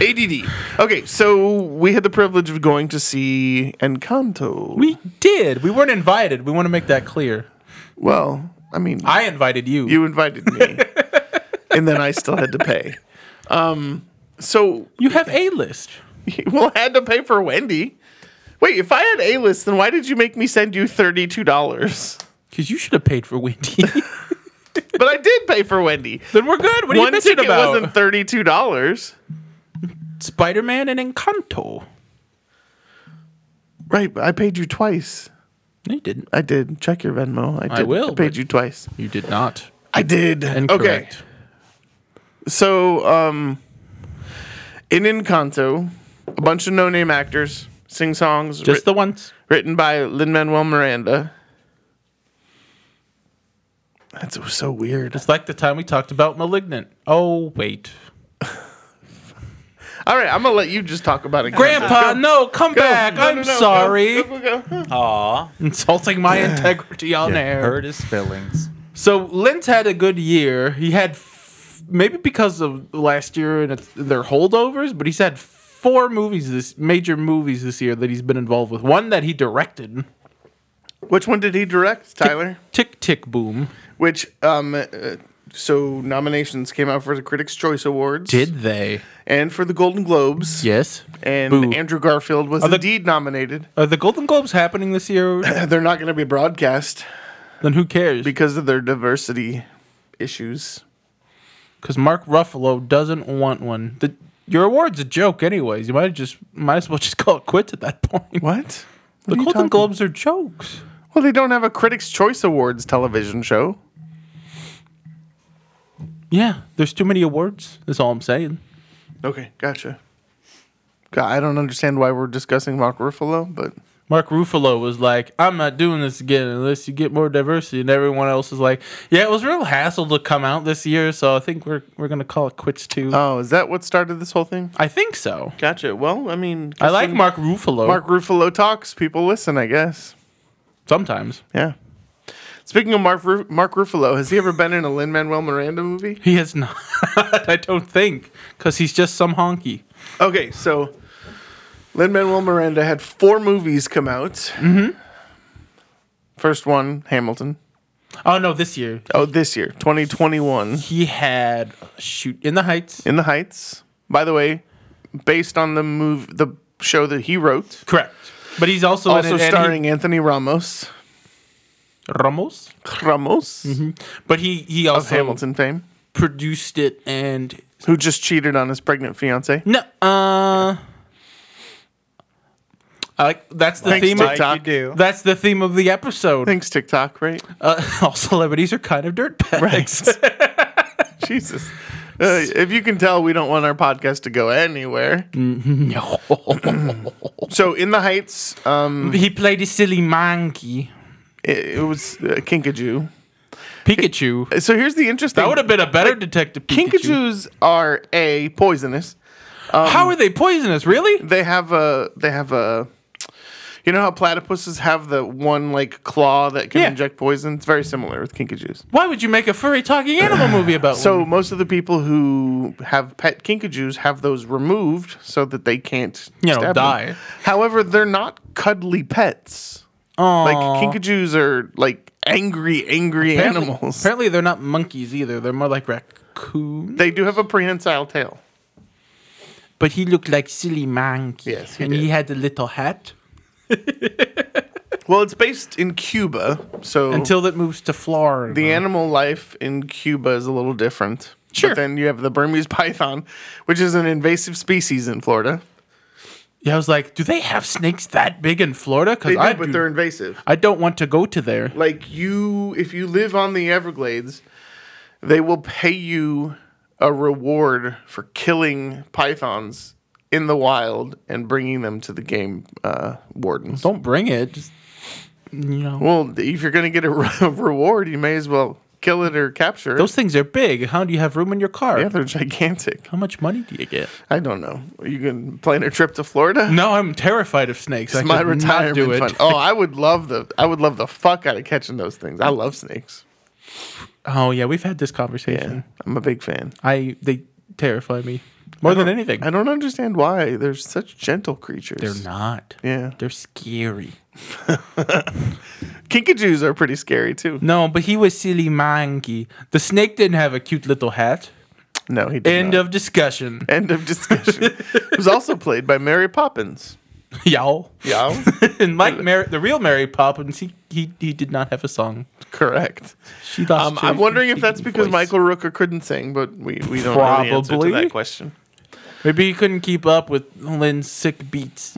ADD. Okay, so we had the privilege of going to see Encanto.
We did. We weren't invited. We want to make that clear.
well, I mean,
I invited you.
you invited me, and then I still had to pay. Um, so
You have a list.
well, I had to pay for Wendy. Wait, if I had A list, then why did you make me send you thirty two dollars?
Because you should have paid for Wendy.
But I did pay for Wendy.
then we're good. What are
One
you bitching
ticket
about?
wasn't thirty two dollars.
Spider Man and Encanto.
Right, but I paid you twice.
No, you didn't.
I did. Check your Venmo. I did.
will,
I paid
but-
you twice.
You did not.
I did. Okay.
Incorrect.
So, um, in Encanto, a bunch of no-name actors sing songs
Just
writ-
the ones.
written by Lin Manuel Miranda. That's so weird.
It's like the time we talked about Malignant. Oh, wait.
All right, I'm gonna let you just talk about it.
Grandpa, no, come back. I'm sorry.
Aw.
Insulting my integrity on air.
Hurt his feelings.
So Lentz had a good year. He had f- maybe because of last year and it's their holdovers, but he's had four movies this major movies this year that he's been involved with. One that he directed,
Which one did he direct, Tyler?
Tick Tick Boom.
Which um, uh, so nominations came out for the Critics' Choice Awards
they?
and for the Golden Globes.
Yes.
And
Boo.
Andrew Garfield was
the-
indeed nominated.
Are the Golden Globes happening this year?
They're not going to be broadcast
then who cares?
because of their diversity issues.
Because Mark Ruffalo doesn't want one. The, your award's a joke, anyways. You might just might as well just call it quits at that point.
What?
The
are you
Golden
talking-
Globes are jokes.
Well, they don't have a Critics' Choice Awards television show.
Yeah, there's too many awards. That's all I'm saying.
Okay, gotcha. God, I don't understand why we're discussing Mark Ruffalo, but
Mark Ruffalo was like, I'm not doing this again unless you get more diversity. And everyone else is like, yeah, it was a real hassle to come out this year. So I think we're, we're going to call it quits too.
oh, is that what started this whole thing?
I think so.
Gotcha. Well, I mean,
I like Mark Ruffalo
Mark Ruffalo talks. People listen, I guess.
sometimes.
Yeah. Speaking of Mark Ru- Mark Ruffalo, has he ever been in a Lin Manuel Miranda movie?
He is not, I don't think, because he's just some honky.
Okay, so Lin Manuel Miranda had four movies come out. Mm-hmm. First one, Hamilton.
Oh, no, this year.
Oh, this year, 2021,
He had Shoot in the Heights.
In the Heights. By the way, based on the move, the show that he wrote,
Correct. But he's also, in it,
also
Oh, and he-
starring Anthony Ramos,
Ramos.
Ramos
Mm-hmm. But he, he
of
also
Hamilton fame,
produced it and
who just cheated on his pregnant fiance.
No. Uh, I like that's the
Thanks,
theme.
Mike.
Of,
TikTok.
Like you do.
that's the theme of the episode.
Thanks TikTok, right?
Uh, all celebrities are kind of dirtbags.
Jesus. Uh, if you can tell, we don't want our podcast to go anywhere.
No.
So, In the Heights, um,
he played a silly monkey.
it, it was uh, Kinkajou.
Pikachu.
So here's the interesting.
That would have been a better detective. Pikachu.
Kinkajous are a poisonous.
How are they poisonous? Really?
They have a they have a you know how platypuses have the one like claw that can
Yeah.
inject poison? It's very similar with kinkajous.
Why would you make a furry talking animal movie about
So
one?
most of the people who have pet kinkajous have those removed so that they can't
You know,
stab them.
die.
However, they're not cuddly pets.
Aw.
Like kinkajous are like angry, angry
Apparently-
animals.
Apparently, they're not monkeys either. They're more like raccoons.
They do have a prehensile tail.
But he looked like silly monkey.
Yes, he
and
did.
he had a little hat.
Well, it's based in Cuba, so
Until it moves to Florida.
Oh. The animal life in Cuba is a little different.
Sure.
But then you have the Burmese python, which is an invasive species in Florida.
Yeah, I was like, do they have snakes that big in Florida?
They
Because
do,
I
but
do,
they're invasive.
I don't want to go to there.
Like you, if you live on the Everglades, they will pay you a reward for killing pythons in the wild and bringing them to the game uh, wardens.
Don't bring it. Just you know,
Well, if you're going to get a re- reward, you may as well kill it or capture it.
Those things are big. How do you have room in your car?
yeah, they're gigantic.
How much money do you get?
I don't know. Are you going to plan a trip to Florida?
No, I'm terrified of snakes. I
It's my
could not
retirement
do it.
fund. Oh, I would love the I would love the fuck out of catching those things. I love snakes.
Oh yeah, we've had this
Yeah,
conversation.
I'm a big fan.
I they terrify me more than anything.
I don't understand why they're such gentle creatures.
They're not.
Yeah,
They're scary.
kinkajous are pretty scary too.
No, but he was silly monkey. The snake didn't have a cute little hat.
No, he did
End
not.
of discussion.
end of discussion. it was also played by Mary Poppins.
Y'all.
Yeah,
and Mike, Mary, the real Mary Poppins, he, he he did not have a song.
correct.
She lost.
Um,
her
I'm wondering if that's because
voice.
Michael Rooker couldn't sing, but we, we don't know the answer to
Probably.
that question.
Maybe he couldn't keep up with Lynn's sick beats.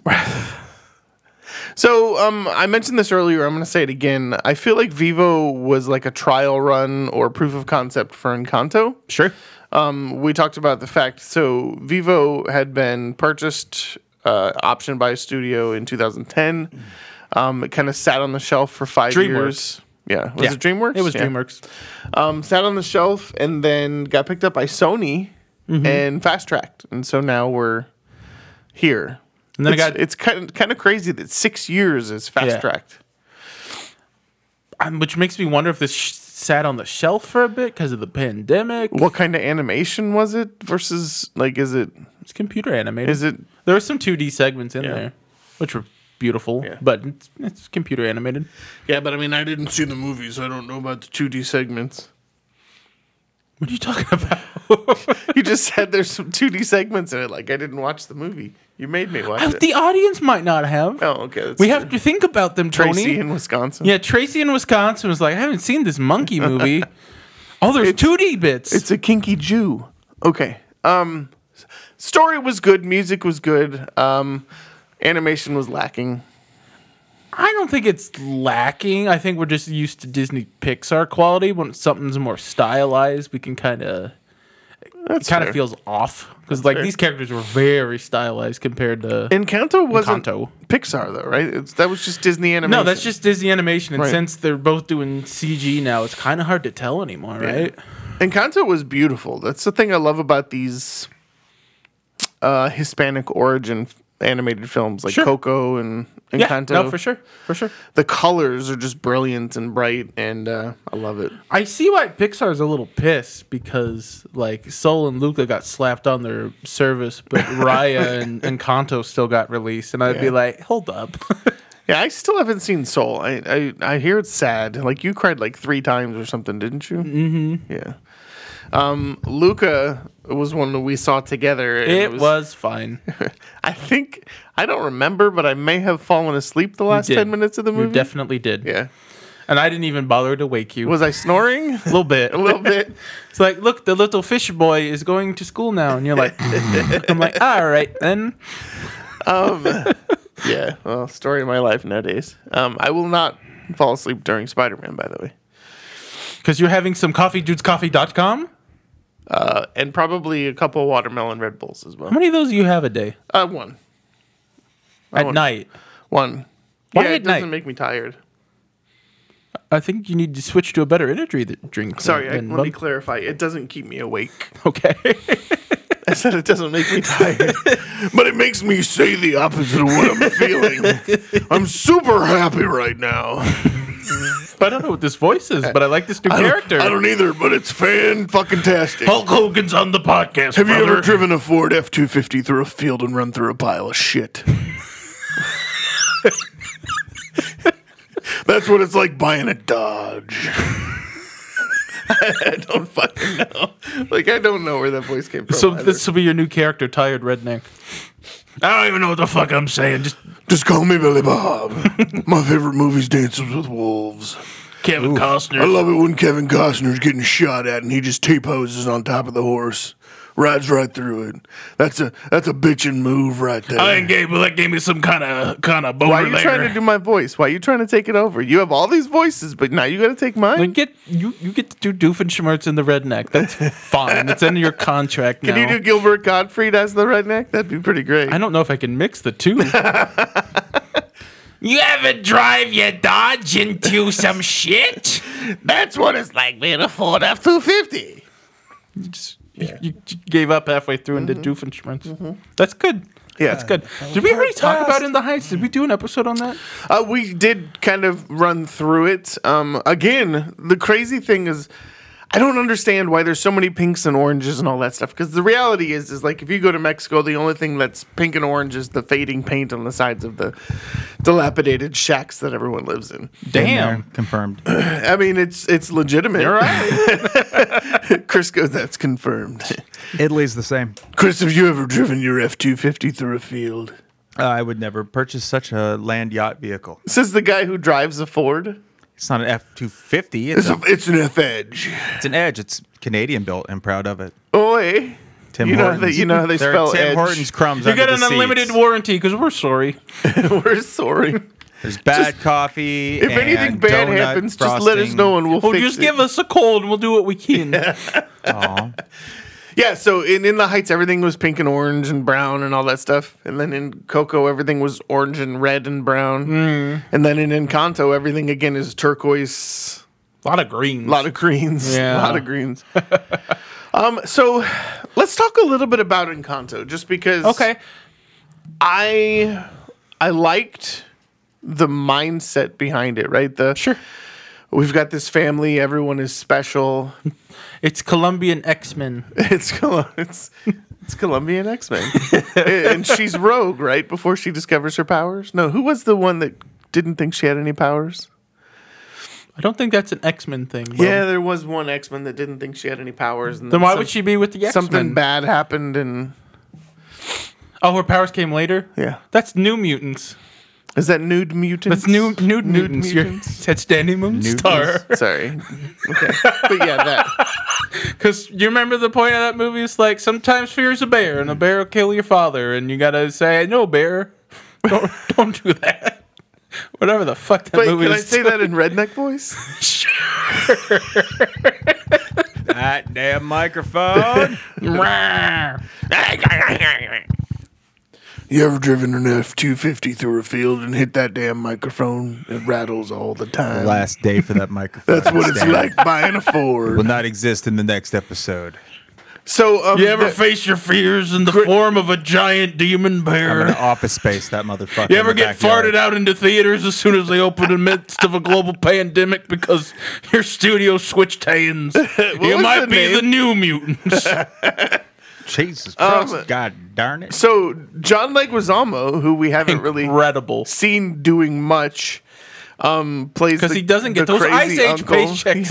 So um, I mentioned this earlier. I'm going to say it again. I feel like Vivo was like a trial run or proof of concept for Encanto.
Sure.
Um, we talked about the fact. So Vivo had been purchased, uh, optioned by a studio in 2010. Um, it kind of sat on the shelf for five
DreamWorks.
years. Yeah, was
Yeah.
it DreamWorks?
It was
Yeah.
DreamWorks.
Um, sat on the shelf and then got picked up by Sony
Mm-hmm.
and fast tracked, and so now we're here.
And then
it's,
I got
it's kind of, kind of crazy that six years is fast tracked.
Um, which makes me wonder if this sh- sat on the shelf for a bit because of the pandemic.
What kind of animation was it versus like is it
It's computer animated.
is it
There were some 2D segments in there, which were beautiful,
Yeah.
but it's, it's computer animated.
Yeah, but I mean I didn't see the movies, so I don't know about the two D segments.
What are you talking about?
You just said there's some two D segments in it, like I didn't watch the movie. You made me watch it.
the audience might not have.
oh, okay. that's
we
true.
have to think about them, Tony.
Tracy in Wisconsin.
Yeah, Tracy in Wisconsin was like, I haven't seen this monkey movie. oh, there's 2D bits.
It's a kinky Jew. Okay. Um, s- story was good. Music was good. Um, animation was lacking.
I don't think it's lacking. I think we're just used to Disney Pixar quality. When something's more stylized, we can kind of it
That's
kind
fair.
of feels off because like
fair.
these characters were very stylized compared to.
Encanto wasn't
Encanto.
Pixar though, right? It's, that was just Disney animation.
no, that's just Disney animation, and
Right.
since they're both doing CG now, it's kind of hard to tell anymore, right?
Encanto was beautiful. That's the thing I love about these uh, Hispanic origin f- animated films like
Sure.
Coco and
Yeah,
Encanto.
no, for sure, for sure.
The colors are just brilliant and bright, and uh, I love it.
I see why Pixar's a little pissed because like Soul and Luca got slapped on their service, but Raya and, and Kanto still got released, and I'd be
Yeah.
like, hold up.
Yeah, I still haven't seen Soul. I, I I hear it's sad. Like you cried like three times or something, didn't you? Mm-hmm. Yeah. Um, Luca was one that we saw together. and
it was fine.
I think I don't remember, but I may have fallen asleep the last
did.
ten minutes of the
You
movie.
definitely did.
Mm-hmm. yeah.
And I didn't even bother to wake you.
Was I snoring?
a little bit.
a little bit.
It's like, look, the little fish boy is going to school now, and you're like, I'm like, all right then.
Um, Yeah. Well, story of my life nowadays. Um, I will not fall asleep during Spider Man, by the way,
Because you're having some coffeedudescoffee.com.
uh, and probably a couple watermelon Red Bulls as well.
How many of those do you have a day?
Uh, one.
At
want-
night.
One.
Why
yeah,
at
it doesn't
night?
make me tired.
I think you need to switch to a better energy th- drink.
Sorry, I, let
than
me
Bud-
clarify. It doesn't keep me awake.
Okay.
I said it doesn't make me tired, but it makes me say the opposite of what I'm feeling. I'm super happy right now.
I don't know what this voice is, but I like this new character.
either, but it's fan fucking tastic.
Hulk Hogan's on the podcast.
Have you ever driven a Ford F two fifty through a field and run through a pile of shit? That's what it's like buying a Dodge. I don't fucking know. Like I don't know where that voice came from.
so
either.
this will be your new character, tired redneck.
I don't even know what the fuck I'm saying. Just
Just call me Billy Bob. My favorite movie's Dances with Wolves.
Kevin
I
Costner.
love it when Kevin Costner's getting shot at and he just T poses on top of the horse, rides right through it. That's a that's a bitchin' move right there.
I ain't gay, but that gave me some kind of kind of boner
Why are you
there.
trying to do my voice? Why are you trying to take it over? You have all these voices, but now you got to take mine.
Then get you you get to do Doofenshmirtz in the redneck. That's fine. it's in your contract now.
Can you do Gilbert Gottfried as the redneck? That'd be pretty great.
I don't know if I can mix the two.
you ever drive your Dodge into some shit?
That's what it's like being a Ford F two fifty.
You just you, you gave up halfway through and did Doofenshmirtz. That's good.
Yeah.
that's good. Did we already talk about In the Heights? Did we do an episode on that?
Uh, we did kind of run through it. Um, again, the crazy thing is, I don't understand why there's so many pinks and oranges and all that stuff. Because the reality is, is like if you go to Mexico, the only thing that's pink and orange is the fading paint on the sides of the dilapidated shacks that everyone lives in.
Been there,
Damn.
confirmed.
I mean, it's it's legitimate. All right, Chris goes, that's confirmed.
Italy's the same.
Chris, have you ever driven your F two fifty through a field?
Uh, I would never purchase such a land yacht vehicle.
Says the guy who drives a Ford.
It's not an F two fifty. It's a,
it's an F Edge.
it's an Edge. It's Canadian built and proud of it.
Oi.
Tim
you know how
Hortons.
they, you know how they
There are
spell
Tim
edge.
Hortons crumbs.
You
under
got an
the
unlimited
seats.
warranty because we're sorry.
We're sorry.
There's bad coffee.
If anything bad happens, just let us know and we'll
Well,
fix
Oh, just
it.
give us a call and we'll do what we can.
yeah, so in In the Heights, everything was pink and orange and brown and all that stuff. And then in Coco, everything was orange and red and brown.
Mm.
And then in Encanto, everything again is turquoise,
A lot of greens.
a lot of greens, a
Yeah.
lot of greens. um, so let's talk a little bit about Encanto, just because.
okay.
I I liked the mindset behind it, right? The
Sure.
We've got this family, everyone is special.
It's Colombian X Men.
It's Col- it's it's Colombian X-Men. and she's rogue, right? Before she discovers her powers? No, who was the one that didn't think she had any powers?
I don't think that's an X Men thing. Will.
yeah, there was one X-Men that didn't think she had any powers and
Then why
some-
would she be with the X Men?
something bad happened and
Oh, her powers came later.
yeah.
That's New Mutants.
Is that nude mutant?
That's new nude, mutants. You're-
Mutants.
That's Danny Moonstar.
Sorry. Okay. But yeah, that
Because you remember the point of that movie? It's like sometimes fear is a bear, and a bear will kill your father, and you gotta say, "No, bear, don't don't do that." Whatever the fuck that
Wait,
movie
can I
is.
say that in redneck voice?
That damn microphone.
You ever driven an F two fifty through a field and hit that damn microphone? It rattles all the time.
Last day for that microphone.
That's what it's
Stand.
like buying a
Will
Ford.
not exist in the next episode.
So um,
You ever
the-
face your fears in the form of a giant demon
I'm
bear?
gonna office space that motherfucker.
You ever get farted out into theaters as soon as they open in the midst of a global pandemic because your studio switched hands? you
was
might
the
be
name?
the new mutants.
Jesus Christ!
Um,
God darn it!
so John Leguizamo, who we haven't really
Incredible.
seen doing much, um, plays
Because
the-
he doesn't get
the
those Ice
crazy
Age
uncle.
paychecks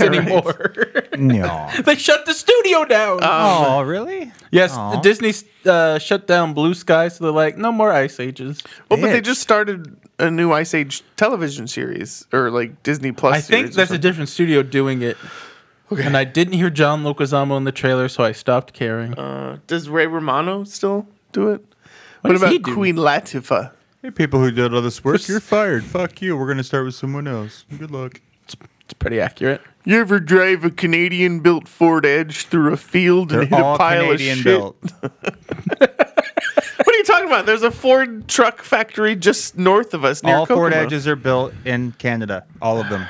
Yeah, right.
anymore.
No.
they shut the studio down.
Uh,
oh really?
yes,
Aw.
Disney uh, shut down Blue Sky, so they're like, no more Ice Ages.
Well, but they
Bitch.
just started a new Ice Age television series or like Disney Plus.
I think
series or
that's a
something.
different studio doing it. And I didn't hear John Leguizamo in the trailer, so I stopped caring.
Uh, does Ray Romano still do it? What,
does he
about
do?
Queen Latifah?
Hey, people who did all this work, you're fired. Fuck you. We're gonna start with someone else. Good luck.
it's pretty accurate.
You ever drive a Canadian built Ford Edge through a field and hit a pile of shit? What are you talking about? There's a Ford truck factory just north of us near
All Ford
Kokomo.
Edges are built in Canada. All of them.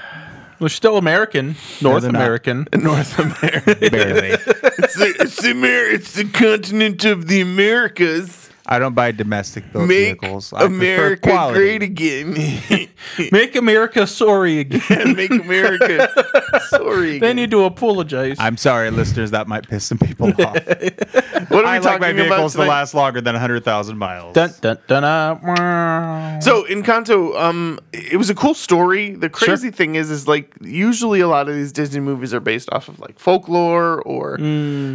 They're still American, North
they're not.
American.
North America.
Barely.
it's, the, it's, the Amer- it's the continent of the Americas.
I don't buy domestic built
Make
vehicles. I
America
prefer quality.
great again.
Make America sorry again.
Make America sorry.
they
Again.
need to apologize.
I'm sorry, listeners. That might piss some people off.
what are we
I like
talking
my
about?
vehicles to
tonight?
last longer than 100,000 miles.
dun, dun, dun, uh, wah.
So in Kanto, um, it was a cool story. The crazy thing is, is like usually a lot of these Disney movies are based off of like folklore or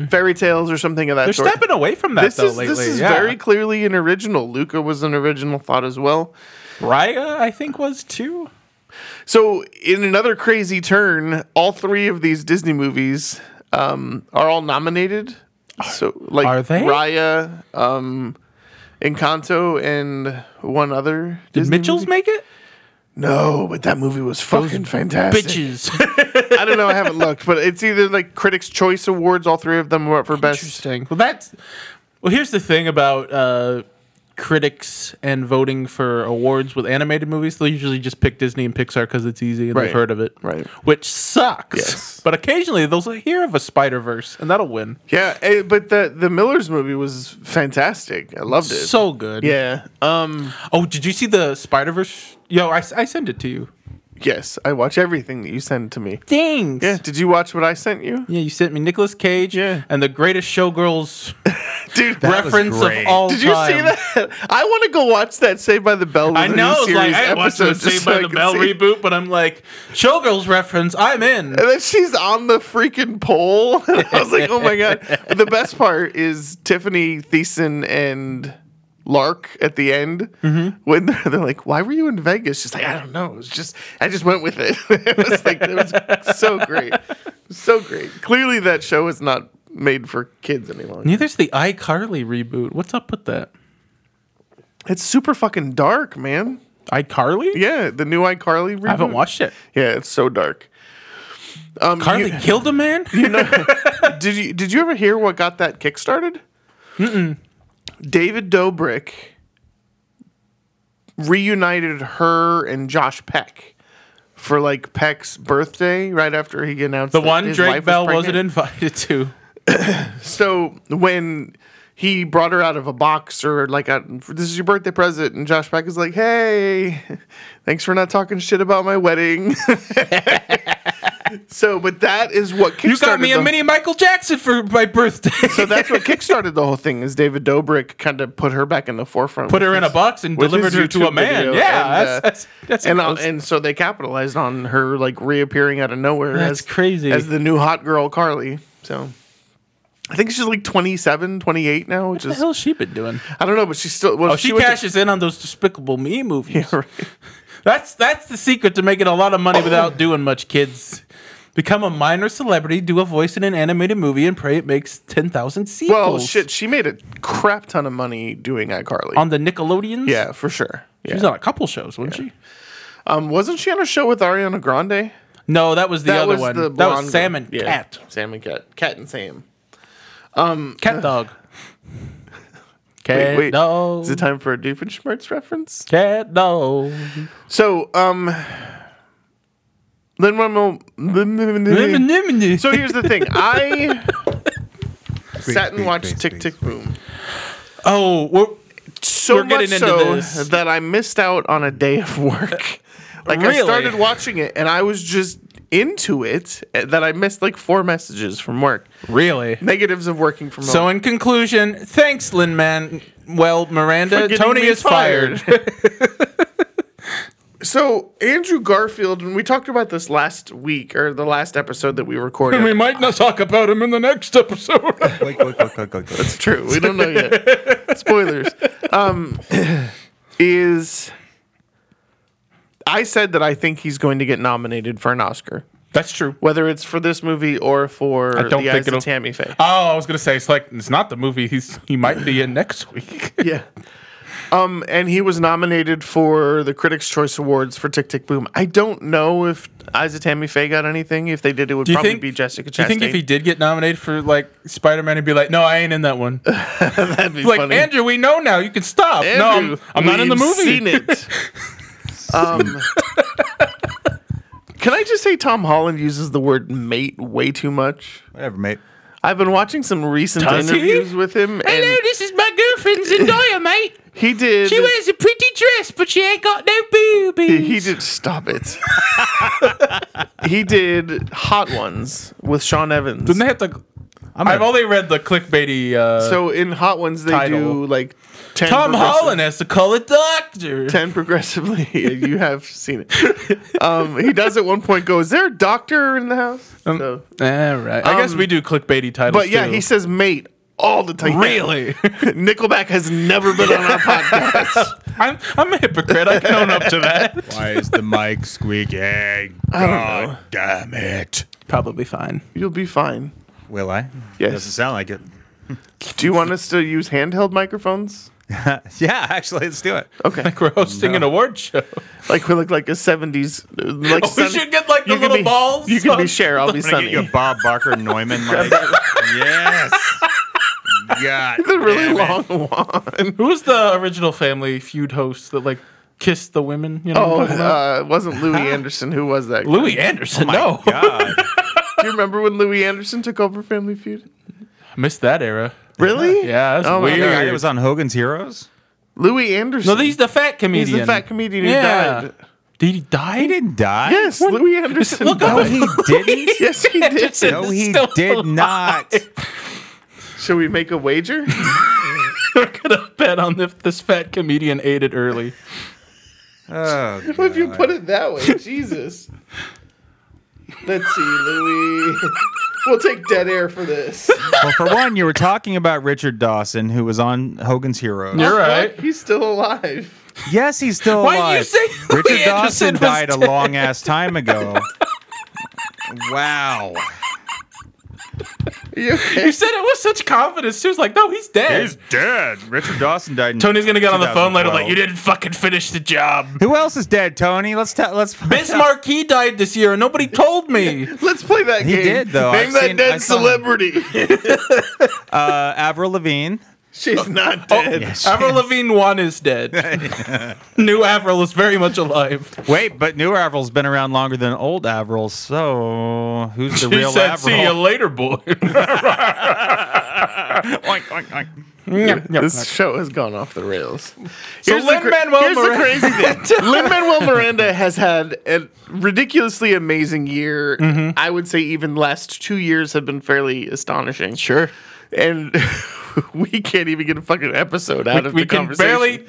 fairy tales or something of that
Hmm. They're
sort.
stepping away from that
this
though
is
lately.
this is
yeah.
very clearly an original. Luca was an original thought as well.
Raya, I think, was too.
So in another crazy turn, all three of these Disney movies um, are all nominated. So like
are they?
Raya, um, Encanto, and one other.
Did
Disney
Mitchell's
movie?
make it?
No, but that movie was fucking fantastic.
Bitches.
I don't know. I haven't looked, but it's either like Critics' Choice Awards. All three of them were up for best.
Interesting. Well, that's. Well, here's the thing about uh, critics and voting for awards with animated movies, they'll usually just pick Disney and Pixar because it's easy and
Right.
they've heard of it.
Right.
Which sucks.
Yes.
But occasionally they'll hear of a Spider Verse and that'll win.
Yeah, eh, but the the Miller's movie was fantastic. I loved it.
So good.
yeah. Um.
Oh, did you see the Spider Verse? Yo, I, I sent it to you.
Yes, I watch everything that you send to me.
Thanks.
Yeah. Did you watch what I sent you,
Yeah, you sent me Nicolas Cage
Yeah.
and the greatest showgirls
dude?
That was
reference of
great.
all
Did you
time.
see that? I want to go watch that Saved by the Bell.
I know, it's like I watched the Saved by the Bell
reboot.
reboot, but I'm like, showgirls reference, I'm in.
And then she's on the freaking pole. And I was like, oh my God. But the best part is Tiffany Thiessen and Lark at the end
Mm-hmm.
when they're, they're like, why were you in Vegas? She's like, I don't know. It was just, I just went with it. it was like, it was so great. So great. Clearly, that show is not made for kids any longer.
Neither's the iCarly reboot. What's up with that?
It's super fucking dark, man.
iCarly?
Yeah, the new iCarly reboot.
I haven't watched it.
Yeah, it's so dark. Um,
Carly
you-
killed a man?
did you did you ever hear what got that kickstarted? Mm-mm. David Dobrik reunited her and Josh Peck for like Peck's birthday right after he announced
the
that
one
his
Drake
wife
Bell
pregnant.
wasn't invited to.
So when he brought her out of a box or like out, this is your birthday present, and Josh Peck is like, "Hey, thanks for not talking shit about my wedding." so, but that is what kickstarted
You got me a
the-
mini Michael Jackson for my birthday.
So that's what kickstarted the whole thing. Is David Dobrik kind of put her back in the forefront?
Put
with
her in a
his-
box and
with
delivered
his
her to a
YouTube
man.
video,
yeah,
and,
that's,
uh,
that's, that's
and uh,
close.
and so they capitalized on her like reappearing out of nowhere.
That's
as,
crazy.
As the new hot girl Carly. So I think she's like 27, 28 now, which
what the
is
hell has she been doing?
I don't know, but she's still. Well,
Oh, she,
went to-
cashes in on those Despicable Me movies.
right.
That's that's the secret to making a lot of money without doing much, kids. Become a minor celebrity, do a voice in an animated movie, and pray it makes ten thousand sequels.
well, shit, she made a crap ton of money doing iCarly.
on the Nickelodeons.
yeah, for sure.
she was
Yeah.
on a couple shows, wasn't she?
Um, wasn't she on a show with Ariana Grande?
No, that was the
that
other
was
one.
the
that
blonde
was Sam
girl.
and
Yeah,
Cat.
Sam and Cat, Cat and Sam.
Cat dog. Cat
wait, wait.
dog.
Is it time for a Doofenshmirtz reference?
Cat dog.
So, um, Lin Manuel. So here's the thing. I sat and
please,
watched
please,
Tick
please,
Tick Boom.
oh, we're,
So
We're
much
getting into
so
this.
that I missed out on a day of work. Like I
Really?
started watching it and I was just into it eh, that I missed like four messages from work.
really.
Negatives of working from
So
home.
in conclusion, thanks, Lin Man. Well, Miranda,
getting
Tony
me
is fired.
So Andrew Garfield, and we talked about this last week or the last episode that we recorded.
might not talk about him in the next episode.
Click, click, click, click, click, click.
It's true. We don't know yet. Spoilers. Um, is I said that I think he's going to get nominated for an Oscar,
That's true.
whether it's for this movie or for
I don't
the
think
Eyes
it'll-
of Tammy Faye.
Oh, I was gonna say it's like it's not the movie he's he might be in next week.
yeah. Um, and he was nominated for the Critics' Choice Awards for Tick Tick Boom. I don't know if Eyes of Tammy Faye got anything. If they did, it would probably be Jessica Chastain.
Do you think if he did get nominated for like Spider Man, he'd be like, "No, I ain't in that one."
That'd be
like
funny.
Andrew, we know now. You can stop. no,
Andrew,
I'm, I'm not in the
we've
movie.
Seen it. um, can I just say Tom Holland uses the word mate way too much?
Whatever, mate.
I've been watching some recent
Does he?
interviews with him,
Hello,
and
this is my girlfriend Zendaya, mate.
he did.
She wears a pretty dress, but she ain't got no boobies.
He did. Stop it. he did Hot Ones with Sean Evans.
Didn't they have to?
I'm
I've
gonna-
only read the clickbaity. Uh,
so in Hot Ones, they do
Title.
like 10
Tom
progressive-
Holland has to call a doctor.
10 progressively. you have seen it. Um, he does at one point go, Is there a doctor in the house?
Um,
So-
All right. I guess
Um,
we do clickbaity titles.
But yeah,
too.
he says mate all the time.
really.
Nickelback has never been on our podcast.
I'm I'm a hypocrite. I can own up to that.
Why is the mic squeaking? God damn it.
Probably fine.
You'll be fine.
Will I?
Yes.
Doesn't sound like it.
Do you want us to use handheld microphones?
yeah, actually, let's do it.
Okay.
We're hosting an award show.
Like we look like a 70s. uh, Like
Oh, we should get, like, the
could
little
be-
balls
You can be
on-
Cher, I'll be
I'm gonna
Sunny.
get you a Bob Barker Neumann mic. yes. God.
The really
damn it.
long one.
Who was the original Family Feud host that like kissed the women? You know, Oh what
Oh,
I'm talking about?
uh, it wasn't Louis Anderson. Who was that? guy?
Louis Anderson. no,
God.
Do you remember when Louis Anderson took over Family Feud?
missed that era.
Really?
Yeah, that's
Oh my
The
weird.
guy that was on Hogan's Heroes?
Louis Anderson.
No, he's the fat comedian.
He's the fat comedian who
Yeah.
died.
Did he die?
He didn't die.
Yes, Louis Anderson.
Look up
No,
died.
he didn't.
Yes, he did.
Anderson.
No, he
Still
did not.
Should we make a wager?
We're gonna bet on if this fat comedian ate it early.
Oh, God.
if you put it that way, Jesus. Let's see, Louis. We'll take dead air for this.
well, for one, you were talking about Richard Dawson, who was on Hogan's Heroes.
You're right.
He's still alive.
Yes, he's still
Why did you
alive.
say Louis
Richard
Anderson
Dawson
was
died a long ass time ago. wow.
Are you okay?
You said it with such confidence. She was like, "No, he's dead."
dead. Richard Dawson died. In
Tony's gonna get on the phone later, like,
2012.
"You didn't fucking finish the job."
Who else is dead, Tony? Let's ta- let's find
Miss
out.
Marquis died this year, and nobody told me.
Let's play that
He
game.
did, though.
Name
I've
that
seen- I
dead
saw him.
celebrity.
Uh, Avril Lavigne.
She's
Oh,
not dead.
Avril Lavigne one is dead. New Avril is very much alive.
Wait, but new Avril's been around longer than old Avril, so who's the real Avril?
later, boy."
Oink, oink, oink.
This show has gone off the rails.
So
Here's the cra-
Lin-Manuel
here's
Miranda-
the crazy thing. Lin Manuel Miranda has had a ridiculously amazing year.
Mm-hmm.
I would say even the last two years have been fairly astonishing.
sure,
And we can't even get a fucking episode out of
we
the
can
conversation.
barely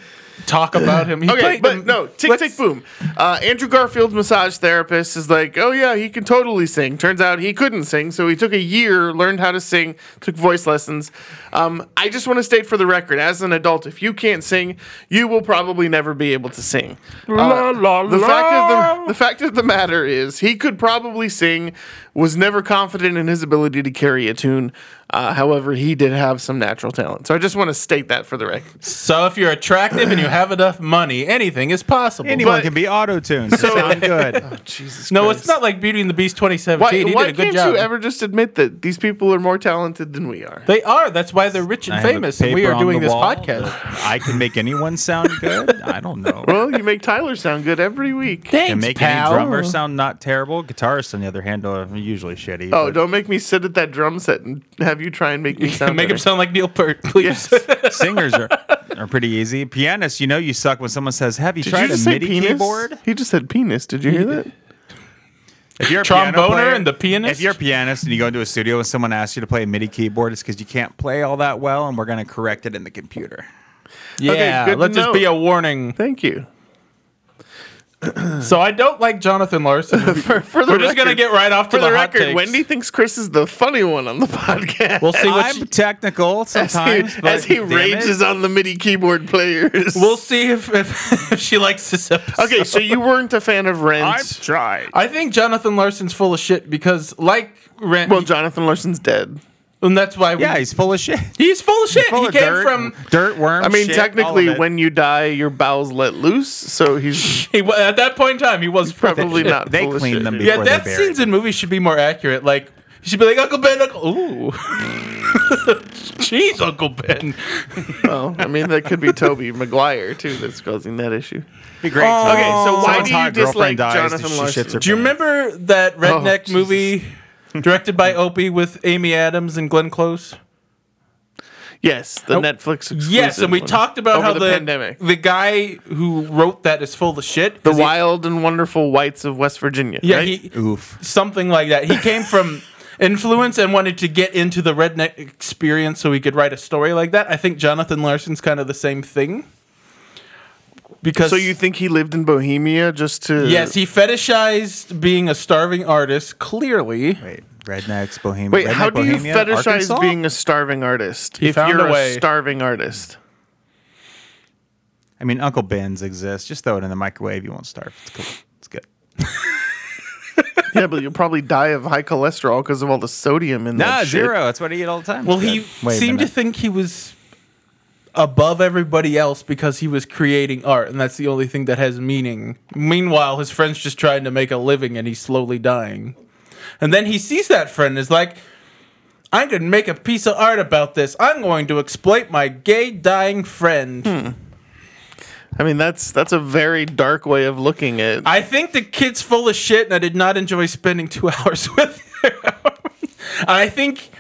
talk about him. He
Okay,
played
but
the-
no, tick
let's-
tick boom. Uh, Andrew Garfield's massage therapist is like, oh yeah, he can totally sing. Turns out he couldn't sing, so he took a year, learned how to sing, took voice lessons. Um, I just want to state for the record, as an adult, if you can't sing, you will probably never be able to sing. Uh, the fact of the the fact of the matter is, he could probably sing. Was never confident in his ability to carry a tune. Uh, however, he did have some natural talent. So I just want to state that for the record.
So if you're attractive and you have enough money, anything is possible.
Anyone
But-
can be auto tuned. So sound good.
Jesus.
no,
Christ.
it's not like Beauty and the Beast 2017.
Why,
he did
why
a good
can't
job.
you ever just admit that these people are more talented than we are?
They are. That's why they're rich and
I have a
famous, and we
paper
are
on
doing
the
this
wall
podcast.
that I can make anyone sound good. I don't know.
Well, you make Tyler sound good every week.
Can
Thanks,
make any drummer sound not terrible. Guitarists, on the other hand, are usually shitty.
Oh,
but-
don't make me sit at that drum set and have you try and make me sound.
Make him
better.
sound like Neil Peart, please.
singers are, are pretty easy. Pianists, you know, you suck when someone says, "Have you
Did you
tried a
just say
MIDI
penis?
keyboard?"
He just said penis. Did you hear that?
If you're a
Tromboner
piano player-
and the pianist?
If you're a pianist and you go into a studio and someone asks you to play a MIDI keyboard, it's because you can't play all that well, and we're going to correct it in the computer.
Yeah,
good to
let this
know.
be a warning.
Thank you.
So I don't like Jonathan Larson.
For, for the
We're just gonna
record-
get right off to
for the,
the, hot
record.
takes.
Wendy thinks Chris is the funny one on the podcast.
We'll see what
I'm
she-
technical
as he,
sometimes, but
as he
damn
rages
it.
on the MIDI keyboard players.
we'll see if, if, if she likes this episode.
okay, so you weren't a fan of Rent.
tried.
I think Jonathan Larson's full of shit because, like Rent,
well, Jonathan Larson's dead.
and that's why we,
Yeah, he's full of shit.
he's full of shit.
Full
he
of
came
dirt,
from
dirt worms.
I mean,
shit, all of
technically,
it.
when you die, your bowels let loose, so he's
he, wa- at that point in time he was full of
probably
shit.
not.
they
full of
clean
shit.
them
Yeah,
before
death
they bury
scenes in movies should be more accurate. Like you should be like Uncle Ben, Uncle Ooh, jeez, Uncle Ben.
Well, I mean, that could be Toby Maguire too that's causing that issue.
Be great.
Oh.
to-
Okay, so
someone's
why do you
hot
dislike
girlfriend dies,
Jonathan
she shits
Larson?
her
Do you
pants.
remember that redneck
Oh, Jesus.
movie directed by Opie with Amy Adams and Glenn Close?
Yes, the Netflix exclusive.
Yes, and we
one.
talked about
Over
how the
the, pandemic,
the guy who wrote that is full of shit.
the
'cause he-
wild and wonderful whites of West Virginia.
yeah,
right?
he,
Oof.
something like that. He came from influence and wanted to get into the redneck experience so he could write a story like that. I think Jonathan Larson's kind of the same thing. Because
so you think he lived in Bohemia just to?
Yes, he fetishized being a starving artist, clearly.
Wait, rednecks, Bohemian.
Wait,
redneck
how do
Bohemia,
you fetishize
Arkansas?
being a starving artist
He
if
found
you're
a
a,
way.
starving artist?
I mean, Uncle Ben's exists. Just throw it in the microwave. You won't starve. It's cool. It's good.
yeah, but you'll probably die of high cholesterol because of all the sodium in
Nah,
that. shit.
zero. That's what I eat all the time.
Well,
It's
he
good. Wait a
seemed to
minute.
think he was above everybody else because he was creating art, and that's the only thing that has meaning. Meanwhile, his friend's just trying to make a living, and he's slowly dying. And then he sees that friend and is like, I can make a piece of art about this. I'm going to exploit my gay dying friend.
I mean, that's that's a very dark way of looking at.
I think the kid's full of shit, and I did not enjoy spending two hours with him. And I think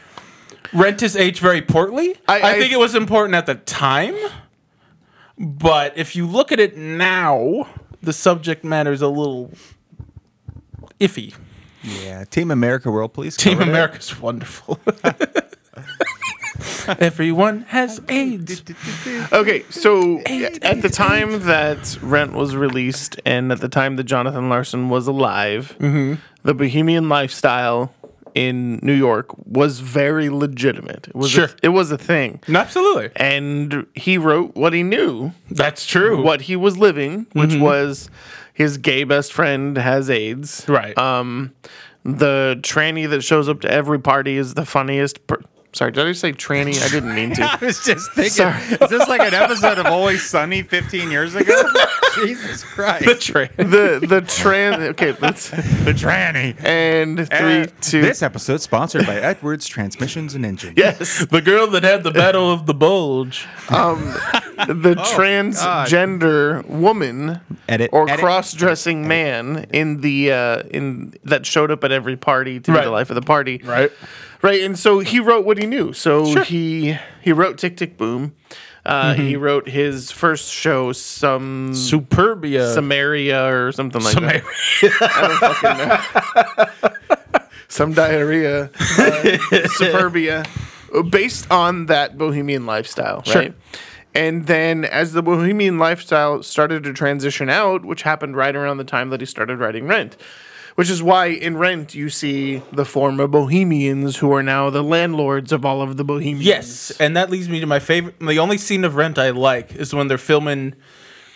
rent is aged very poorly.
I-
I,
I-
think it was important at the time, but if you look at it now, the subject matter is a little iffy.
Yeah, Team America World Police.
Team
covered it.
America's wonderful. Everyone has AIDS.
Okay, so at the time that Rent was released, and at the time that Jonathan Larson was alive,
Mm-hmm.
the bohemian lifestyle in New York was very legitimate. It was
Sure.
a, it was a thing,
Absolutely.
and he wrote what he knew,
That's true.
what he was living, which
Mm-hmm.
was his gay best friend has AIDS,
Right.
Um, the tranny that shows up to every party is the funniest. Per- Sorry, did I say tranny? I didn't mean to.
I was just thinking, is this like an episode of Always Sunny 15 years ago? Jesus Christ.
the the trans. Okay, let's
The tranny.
Eh,
and three,
Uh,
two.
This episode sponsored by Edwards Transmissions and Engine.
yes,
the girl that had the Battle of the Bulge.
the
Oh,
transgender woman
Edit,
or
edit.
cross-dressing man in the uh, in that showed up at every party to be
Right.
the life of the party.
Right.
right. And so he wrote what he knew. So he he wrote Tick Tick Boom. Uh, He
Mm-hmm.
wrote his first show, some
Superbia.
Samaria or something like that.
Samaria.
some diarrhea, uh, superbia, uh, based on that bohemian lifestyle, right? And then as the bohemian lifestyle started to transition out, which happened right around the time that he started writing Rent, which is why in Rent you see the former bohemians who are now the landlords of all of the bohemians.
Yes, and that leads me to my favorite. The only scene of Rent I like is when they're filming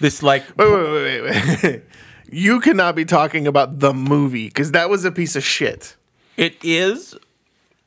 this, like,
Wait, wait, wait, wait, wait. you cannot be talking about the movie because that was a piece of shit.
it is,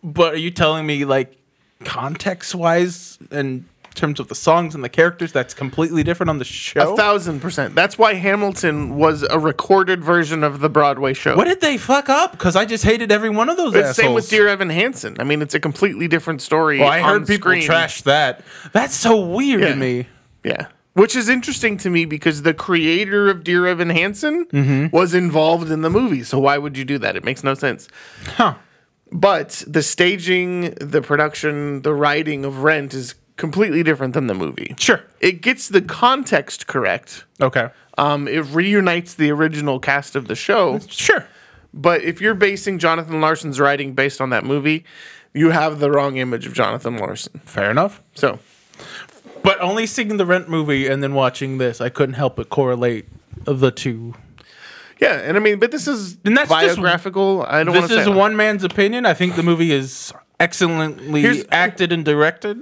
but are you telling me, like, context wise and in terms of the songs and the characters, that's completely different on the
A
show?
thousand percent. That's why Hamilton was a recorded version of the Broadway show.
what did they fuck up? Because I just hated every one of those
But same with
assholes.
Dear Evan Hansen. I mean, it's a completely different story.
Well, I
on
heard people
screen.
trash that. That's so weird
Yeah.
to me.
Yeah. Which is interesting to me because the creator of Dear Evan Hansen
Mm-hmm.
was involved in the movie. So why would you do that? It makes no sense.
Huh.
But the staging, the production, the writing of Rent is completely different than the movie.
Sure.
It gets the context correct.
Okay.
Um, it reunites the original cast of the show.
Sure.
But if you're basing Jonathan Larson's writing based on that movie, you have the wrong image of Jonathan Larson.
Fair enough.
So
But only seeing the Rent movie and then watching this, I couldn't help but correlate the two.
yeah, and I mean, but this is
And that's just-
biographical. I don't want
This
to
is
say
one man's opinion. I think the movie is excellently
Here's-
acted and directed.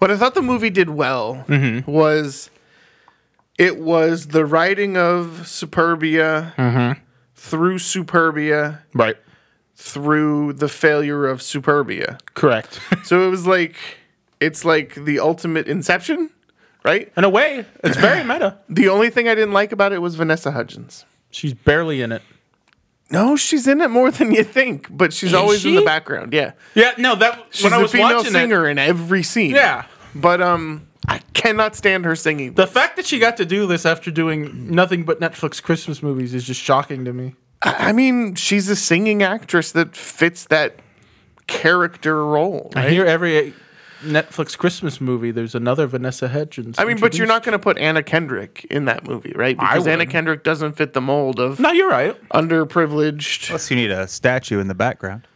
What I thought the movie did well
Mm-hmm.
was it was the writing of Superbia
Mm-hmm.
through Superbia
Right.
through the failure of Superbia.
Correct.
So it was like it's like the ultimate Inception, right?
In a way, it's very meta.
The only thing I didn't like about it was Vanessa Hudgens.
She's barely in it.
No, she's in it more than you think, but she's always in
she?
the background. Yeah,
Yeah, no, that
she's
when I
the
was
female
watching it,
singer in every scene.
yeah.
but um, I cannot stand her singing.
The fact that she got to do this after doing nothing but Netflix Christmas movies is just shocking to me.
I I mean, she's a singing actress that fits that character role.
I hear every Netflix Christmas movie, there's another Vanessa Hudgens.
I mean, but you're
introduced.
not going to put Anna Kendrick in that movie, right? Because Anna
wouldn't.
Kendrick doesn't fit the mold of
No, you're right.
underprivileged.
Plus, you need a statue in the background.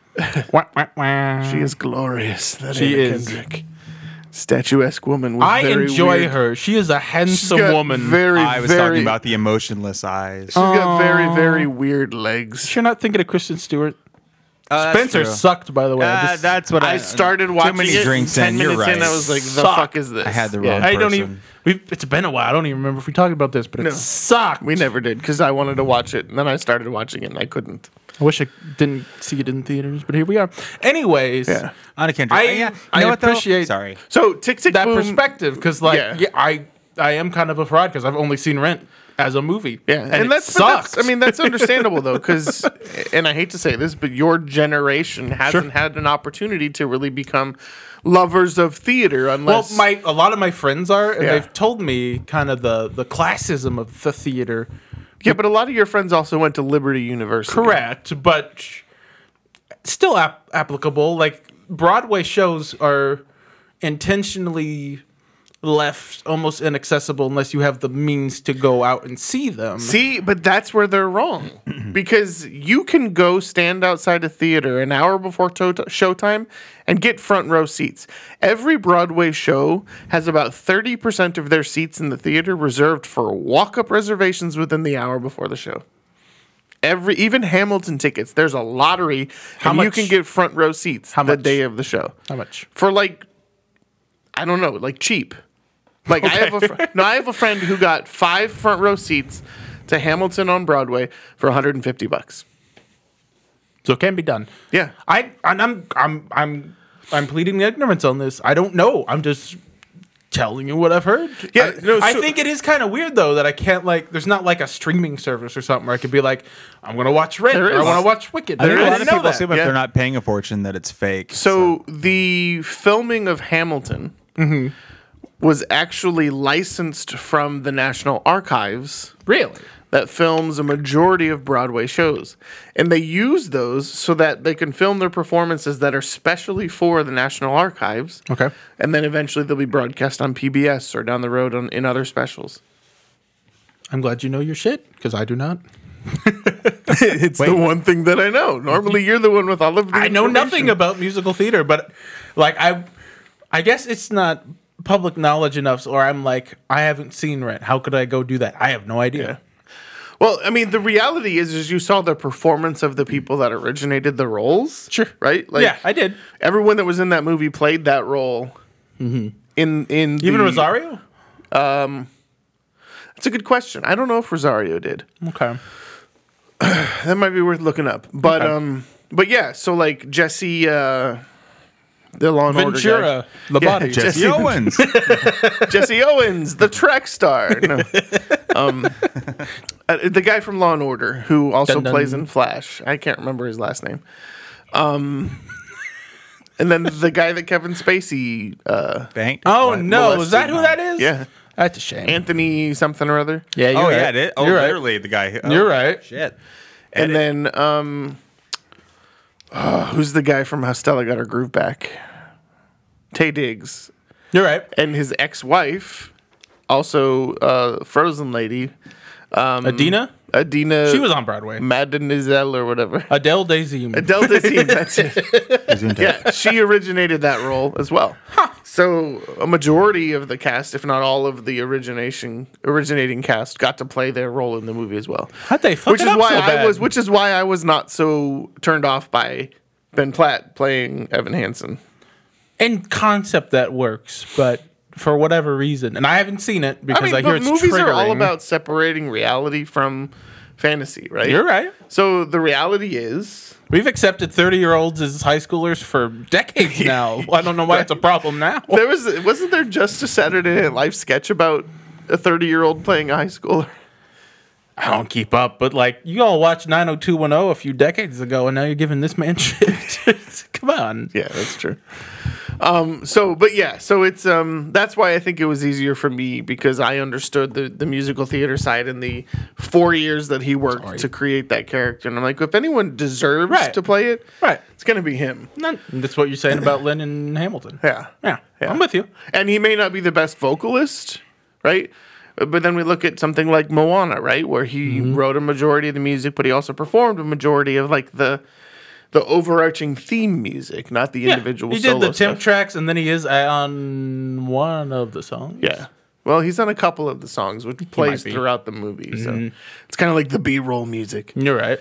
Wah, wah, wah.
She is glorious. That
She
Anna
is.
Kendrick, statuesque woman. With
I
very
enjoy
weird-
her. She is a
She's
handsome
got
woman.
Very,
I was
very Oh,
talking about the emotionless eyes. Uh,
She's got very, very weird legs.
You're not thinking of Kristen Stewart.
Uh, that's
Spencer
true.
sucked, by the way. I
Uh,
just-
that's what I,
I started watching
Too many
it.
drinks
Ten
in. You're
minutes
right.
in, I was like, "The
Suck.
fuck is this?"
I had the
Yeah.
wrong.
I don't even.
person.
We've, it's been a while. I don't even remember if we talked about this, but it sucked.
We never did because I wanted to watch it, and then I started watching it, and I couldn't.
I wish I didn't see it in theaters, but here we are. Anyways,
Yeah.
Anna Kendrick. Oh,
I-
yeah. You
I
know what, though?
appreciate-
Sorry.
So tick tick
that
boom.
perspective, because like,
Yeah.
yeah. I I am kind of a fraud because I've only seen Rent as a movie.
Yeah,
and, it
that's, but
sucks.
that's- I mean, that's understandable though, because, and I hate to say this, but your generation hasn't had an opportunity to really become lovers of theater
well,
unless
my a lot of my friends are, and
Yeah.
they've told me kind of the the classism of the theater.
yeah. But a lot of your friends also went to Liberty University.
Correct, but sh- still ap- applicable. Like Broadway shows are intentionally left almost inaccessible unless you have the means to go out and see them.
See, but that's where they're wrong because you can go stand outside a theater an hour before to- showtime and get front row seats. Every Broadway show has about 30% of their seats in the theater reserved for walk up reservations within the hour before the show. Every even Hamilton tickets, there's a lottery and you
much-
can get front row seats
How
the
much?
day of the show
How much?
for like I don't know, like cheap. Like I have a fr- no, I have a friend who got five front row seats to Hamilton on Broadway for 150 bucks.
So it can be done.
Yeah,
I and I'm I'm I'm I'm pleading ignorance on this. I don't know. I'm just telling you what I've heard.
Yeah,
I,
no,
I
so-
think it is kind of weird though that I can't like. There's not like a streaming service or something where I could be like, I'm gonna watch Rent
There
or I
is.
want to watch Wicked.
I think
There
a
is-
lot
I
of
didn't know
people
that.
assume if
yeah.
they're not paying a fortune that it's fake.
So the filming of Hamilton was actually licensed from the National Archives
Really?
that films a majority of Broadway shows. And they use those so that they can film their performances that are specially for the National Archives.
Okay.
And then eventually they'll be broadcast on PBS or down the road on, in other specials.
I'm glad you know your shit because I do not.
It's the one thing that I know. Normally you're the one with all of the
I know nothing
information.
about musical theater, but like I, I guess it's not public knowledge enough. Or I'm like, I haven't seen Rent. How could I go do that? I have no idea.
Well, I mean, the reality is, is you saw the performance of the people that originated the roles.
Sure.
Right?
yeah I did.
Everyone that was in that movie played that role. In in
Mm-hmm. Even
the-
Rosario.
That's a good question. I don't know if Rosario did.
Okay.
That might be worth looking up. But um, but yeah. So like Jesse, uh, the Law and Order
Ventura,
guy.
Labate.
Jesse Owens.
Jesse Owens, the track star. No. Um, uh, the guy from Law and Order who also
Dun dun.
plays in Flash. I can't remember his last name. Um, and then the guy that Kevin Spacey, uh,
Banked.
Oh
What?
no, is
molested
that who that is?
yeah,
that's a shame.
Anthony something or other.
yeah, you're
Oh
right.
yeah, it is. Oh,
you're right.
literally the guy. who- oh,
You're right.
Shit.
And then um, uh, who's the guy from How Stella Got Her Groove Back? Tay Diggs
You're right.
and his ex-wife, also uh, Frozen lady, Um,
Adina,
Adina.
she was on Broadway.
Madenizel or whatever.
Adele Daisy.
Adele Dazeem, that's it. Yeah, she originated that role as well. So a majority of the cast, if not all of the origination originating cast, got to play their role in the movie as well.
How'd they fuck
which
it
is
up
why
so
I
bad?
was, which is why I was not so turned off by Ben Platt playing Evan Hansen.
in concept that works, but for whatever reason, and I haven't seen it
I
because I,
mean,
hear
but
it's
movies
triggering.
are all about separating reality from fantasy, right?
You're right.
So the reality is
We've accepted thirty-year-olds as high schoolers for decades now. I don't know why it's a problem now.
there was wasn't there just a Saturday Night Live sketch about a thirty year old playing a high schooler?
I don't keep up, but like you all watched 90210 a few decades ago, and now you're giving this man shit. Come on.
Yeah, that's true. Um, so, but yeah, so it's um, that's why I think it was easier for me because I understood the the musical theater side and the four years that he worked to create that character, and I'm like, if anyone deserves
Right.
to play it,
Right.
it's gonna be him.
None. That's what you're saying about Lynn and Hamilton.
Yeah,
Yeah, I'm with you.
and he may not be the best vocalist, right? But then we look at something like Moana, right, where he
Mm-hmm.
wrote a majority of the music, but he also performed a majority of like the the overarching theme music, not the individual.
He did
solo
the temp
stuff.
tracks, and then he is on one of the songs.
Yeah. Well, he's on a couple of the songs, which plays
be.
throughout the movie. So it's kind of like the B-roll music.
you're right.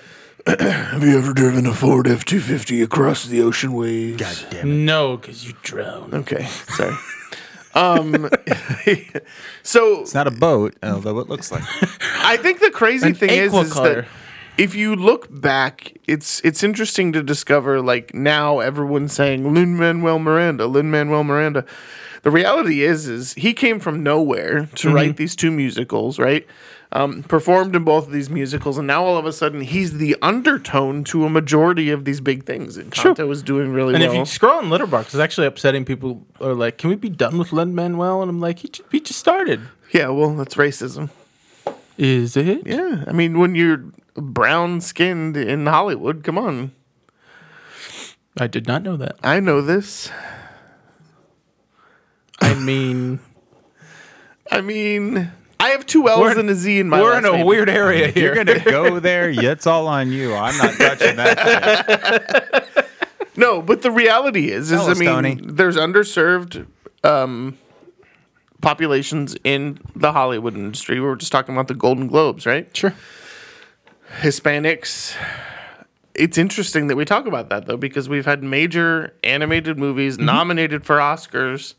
Have you ever driven a Ford F-250 across the ocean waves?
No, because you drowned.
Okay, sorry. um, so
It's not a boat, although it looks like. it.
I think the crazy
An
thing is, is that
aquacolor.
if you look back, it's it's interesting to discover like now everyone's saying Lin Manuel Miranda, Lin Manuel Miranda. the reality is, is he came from nowhere
Mm-hmm.
to write these two musicals, right? Um, performed in both of these musicals, and now all of a sudden he's the undertone to a majority of these big things. And Kanto is doing really
And
well.
if you scroll on Litterbox, it's actually upsetting. People are like, "Can we be done with Lin Manuel?" And I'm like, "He just, he just started."
yeah, well, that's racism.
Is it?
Yeah, I mean, when you're brown skinned in Hollywood, come on.
I did not know that.
I know this.
I mean,
I mean, I have two L's and a Z in my.
we're
last
in a
name.
weird area here.
You're gonna go there. Yeah, it's all on you. I'm not touching that. Thing.
No, but the reality is, is
Tell
I
us,
mean,
Tony.
there's underserved um, populations in the Hollywood industry. We were just talking about the Golden Globes, right?
Sure.
Hispanics. It's interesting that we talk about that though, because we've had major animated movies
Mm-hmm.
nominated for Oscars,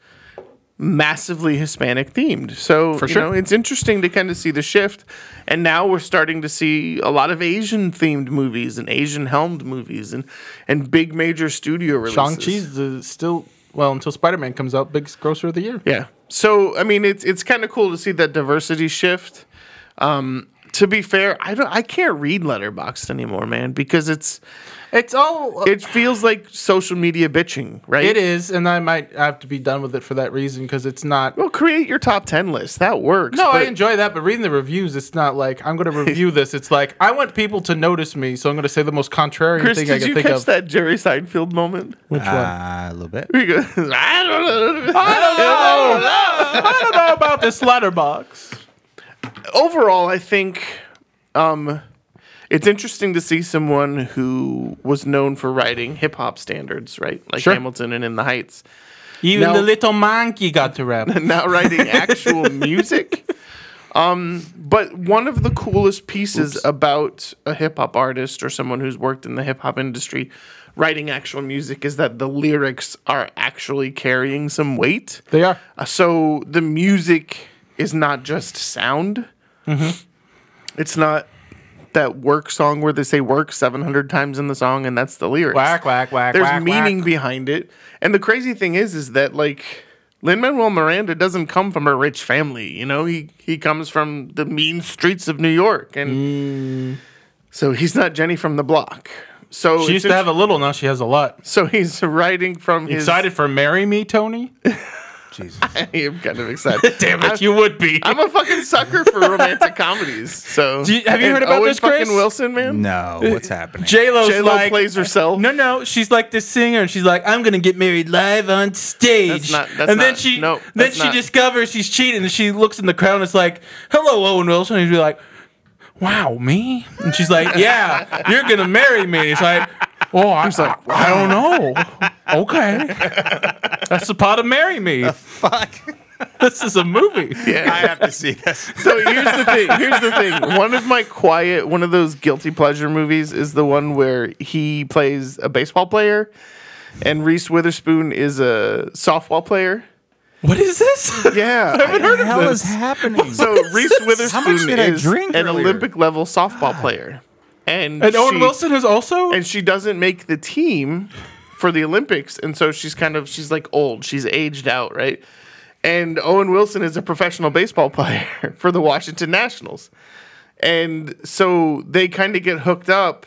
massively Hispanic themed. So you
sure.
know, it's interesting to kind of see the shift, and now we're starting to see a lot of Asian themed movies and Asian helmed movies and and big major studio releases.
Shang Chi's the still well until Spider Man comes out, biggest grosser of the year.
Yeah. So I mean, it's it's kind of cool to see that diversity shift. Um, to be fair, I don't I can't read Letterboxd anymore, man, because it's
It's all
it feels like social media bitching, right?
it is, and I might have to be done with it for that reason because it's not.
Well, create your top ten list. That works.
No, I
but-
enjoy that, but reading the reviews, it's not like I'm going to review this. It's like I want people to notice me, so I'm going to say the most contrarian
Chris,
thing I
did
can
you
think
catch
of.
that Jerry Seinfeld moment?
Which
Ah, a little bit.
He goes, I don't know.
Ah! I don't know about this letterbox.
overall, I think um, it's interesting to see someone who was known for writing hip hop standards, right? Like
Sure.
Hamilton and In the Heights.
Even
No.
the little monkey got to rap.
now writing actual music. Um, but one of the coolest pieces about a hip hop artist or someone who's worked in the hip hop industry writing actual music is that the lyrics are actually carrying some weight.
They are.
Uh, So the music is not just sound.
Mm-hmm.
It's not that work song where they say work 700 times in the song and that's the lyrics.
Whack, whack, whack,
There's
whack,
meaning
whack.
behind it. And the crazy thing is is that like Lin Manuel Miranda doesn't come from a rich family, you know? He he comes from the mean streets of New York and so he's not Jenny from the block. So
Mm. She used to have a little, now she has a lot.
so he's writing from his
Excited for Marry Me, Tony?
Jesus.
I am kind of excited.
Damn it, you would be.
I'm a fucking sucker for romantic comedies. So
Do you- have you
And
heard about
Owen
this, Chris?
fucking Wilson, man?
No, what's happening?
J-Lo's
J Lo
like,
plays herself.
No, no, she's like this singer, and she's like, "I'm gonna get married live on stage."
That's not- that's
and then
not-
she,
no,
then
that's
she
not.
discovers she's cheating, and she looks in the crowd, and it's like, "Hello, Owen Wilson." And he's like, "Wow, me?" And she's like, "Yeah, you're gonna marry me." And It's like, "Oh, I, like, I don't know." Okay, that's the part of "Marry Me."
Fuck.
This is a movie.
I have to see this.
So here's the thing. Here's the thing. One of my quiet, one of those guilty pleasure movies is the one where he plays a baseball player, and Reese Witherspoon is a softball player.
What is this?
Yeah.
What the hell is happening?
So Reese Witherspoon
did I
is
drink
an
earlier?
Olympic level softball player, and
and Owen
she-
Wilson is also.
and she doesn't make the team for the Olympics, and so she's kind of she's like old, she's aged out, right? And Owen Wilson is a professional baseball player for the Washington Nationals, and so they kind of get hooked up.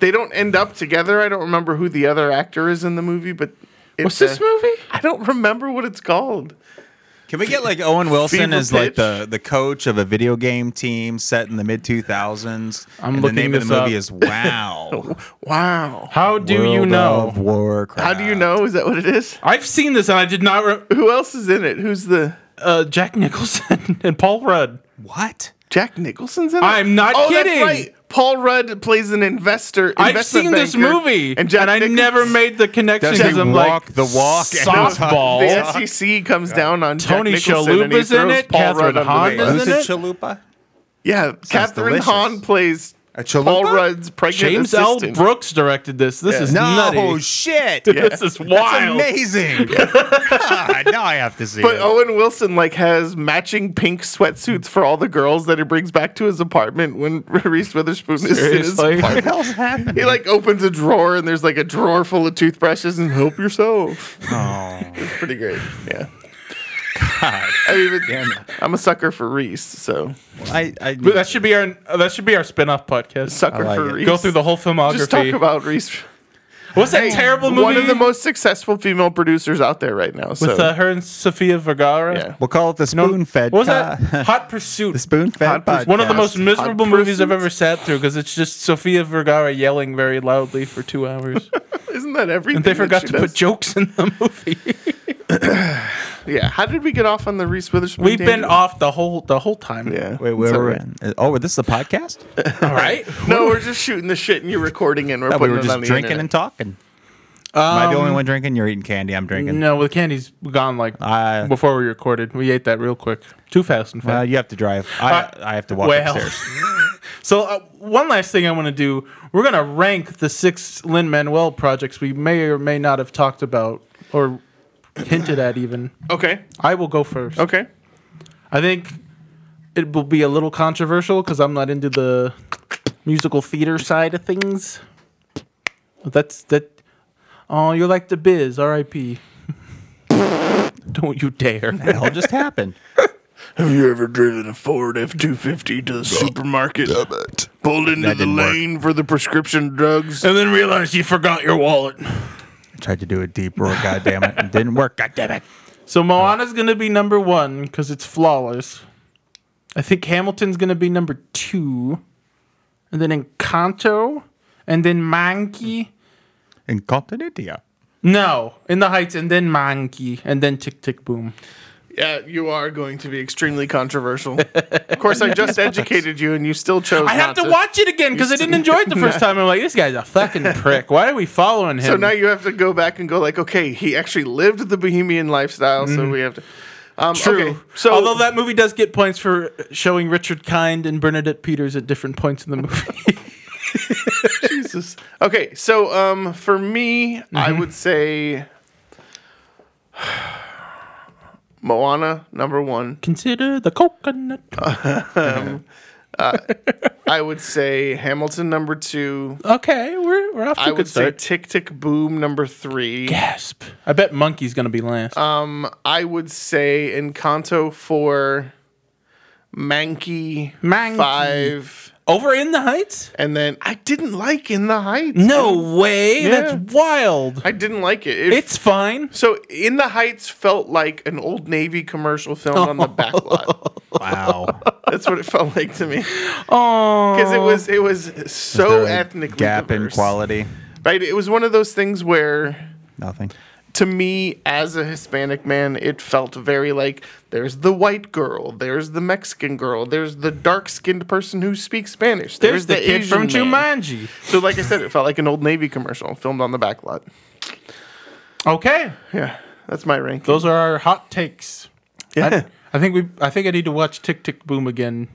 They don't end up together. I don't remember who the other actor is in the movie, but it's
What's this
a-
movie?
I don't remember what it's called.
Can we get like Owen Wilson
Fever
as like
pitch.
the, the coach of a video game team set in the mid 2000s?
I'm
and
looking
The name of
this
the movie
up.
is Wow.
Wow.
How do you
World
know?
Of Warcraft.
How do you know? Is that what it is?
I've seen this and I did not. Re-
Who else is in it? Who's the
uh, Jack Nicholson and Paul Rudd.
What?
Jack Nicholson's in it? Oh,
I'm not kidding.
Paul Rudd plays an investor.
I've
investment
seen this
banker,
movie, and,
Jack
I
Nicholson-
never made the connection
Does he
because I'm
walk
like
the walk?
softball.
The SEC E comes down on
Tony
Jack Nicholson and he
Chalupa's in
throws
it,
Paul Rudd
Catherine
under the
Hahn
bus.
Who's
Isn't
it
it?
Chalupa?
Yeah, Catherine
delicious.
Hahn plays
A
Paul
chalupa?
Rudd's pregnant
James L.
assistant.
Brooks directed this. This
Yeah.
is
No
nutty.
shit.
This is
That's
wild.
amazing. God, now I have to see
But oh,
it.
Owen Wilson like has matching pink sweatsuits for all the girls that he brings back to his apartment when Reese Witherspoon is in his
Seriously?
apartment.
the hell's happening?
He like opens a drawer and there's like a drawer full of toothbrushes and help yourself.
Oh.
It's pretty great. Yeah.
God.
I even,
Damn it.
I'm a sucker for Reese, so
I, I,
But that should be our that should be our spin-off podcast.
sucker
like
for
it.
Reese.
Go through the whole filmography.
Just talk about Reese.
What's that terrible movie?
One of the most successful female producers out there right now. So
with uh, her and Sofia Vergara.
yeah,
we'll call it the
No,
spoon fed.
What was that? Hot Pursuit.
the spoon fed.
Hot Pursuit.
One of the most
Hot
miserable movies I've
Pursuit?
ever sat through because it's just Sofia Vergara yelling very loudly for two hours.
isn't that everything?
And they forgot
that
to
she
put
does?
jokes in the movie.
Yeah. How did we get off on the Reese Witherspoon?
We've been
tangent?
off the whole the whole time.
Yeah.
Wait, where
It's
were we?
alright.
Uh, Oh, this is the podcast?
All right.
No, we're just shooting the shit and you're recording and we're
I thought we
putting
were
it on
just
the
drinking and
internet.
talking. Am I the only one drinking? You're eating candy. I'm drinking.
No, well, the candy's gone like
I-
before we recorded. We ate that real quick, too fast. In fact,
Uh, you have to drive. I, I have to walk
well.
upstairs.
so uh, one last thing I want to do: we're gonna rank the six Lin Manuel projects we may or may not have talked about or hinted at. Even
Okay.
I will go first.
Okay.
I think it will be a little controversial because I'm not into the musical theater side of things. But that's that. Oh, you're like the biz. R.I.P.
Don't you dare.
It all just happened.
Have you ever driven a Ford F two fifty to the supermarket? Pulled into
That
the
didn't work.
lane for the prescription drugs.
And then realize you forgot your wallet.
I tried to do a deep roar, God damn it. It didn't work. God damn it.
So Moana's gonna be number one because it's flawless. I think Hamilton's gonna be number two, and then Encanto, and then Monkey.
And Continentia.
No, in the Heights, and then Monkey, and then Tick Tick Boom.
Yeah, you are going to be extremely controversial. of course, I just educated you and you still chose.
I have to watch it again because I didn't enjoy it the first time. I'm like, this guy's a fucking prick. Why are we following him?
So now you have to go back and go like, okay, he actually lived the bohemian lifestyle, so we have to. Um,
Mm-hmm. True.
okay, so
although that movie does get points for showing Richard Kind and Bernadette Peters at different points in the movie.
Jesus. Okay, so um, for me, I
Mm-hmm.
would say Moana number one.
Consider the coconut.
Uh, I would say Hamilton number two.
Okay, we're, we're off to
I
a good
would say
start.
Tick Tick Boom number three. Um,
Gasp. I bet Monkey's gonna be last.
Uh, I would say Encanto four, Mankey,
Mankey.
five,
Over in the Heights?
and then I didn't like In the Heights.
No way. That's wild.
I didn't like it. It
It's fine.
So In the Heights felt like an old Navy commercial film on the back lot.
Wow.
That's what it felt like to me.
Oh,
Because it was it was so
There a
ethnically
Gap in
diverse,
quality.
Right? It was one of those things where
Nothing.
to me as a Hispanic man, it felt very like there's the white girl, there's the Mexican girl, there's the dark skinned person who speaks Spanish.
there's the, kid
Asian
from
man.
Jumanji.
So like I said, it felt like an old Navy commercial filmed on the back lot.
Okay,
Yeah. That's my rank.
those are our hot takes.
Yeah.
I think we. I think I need to watch Tick Tick Boom again,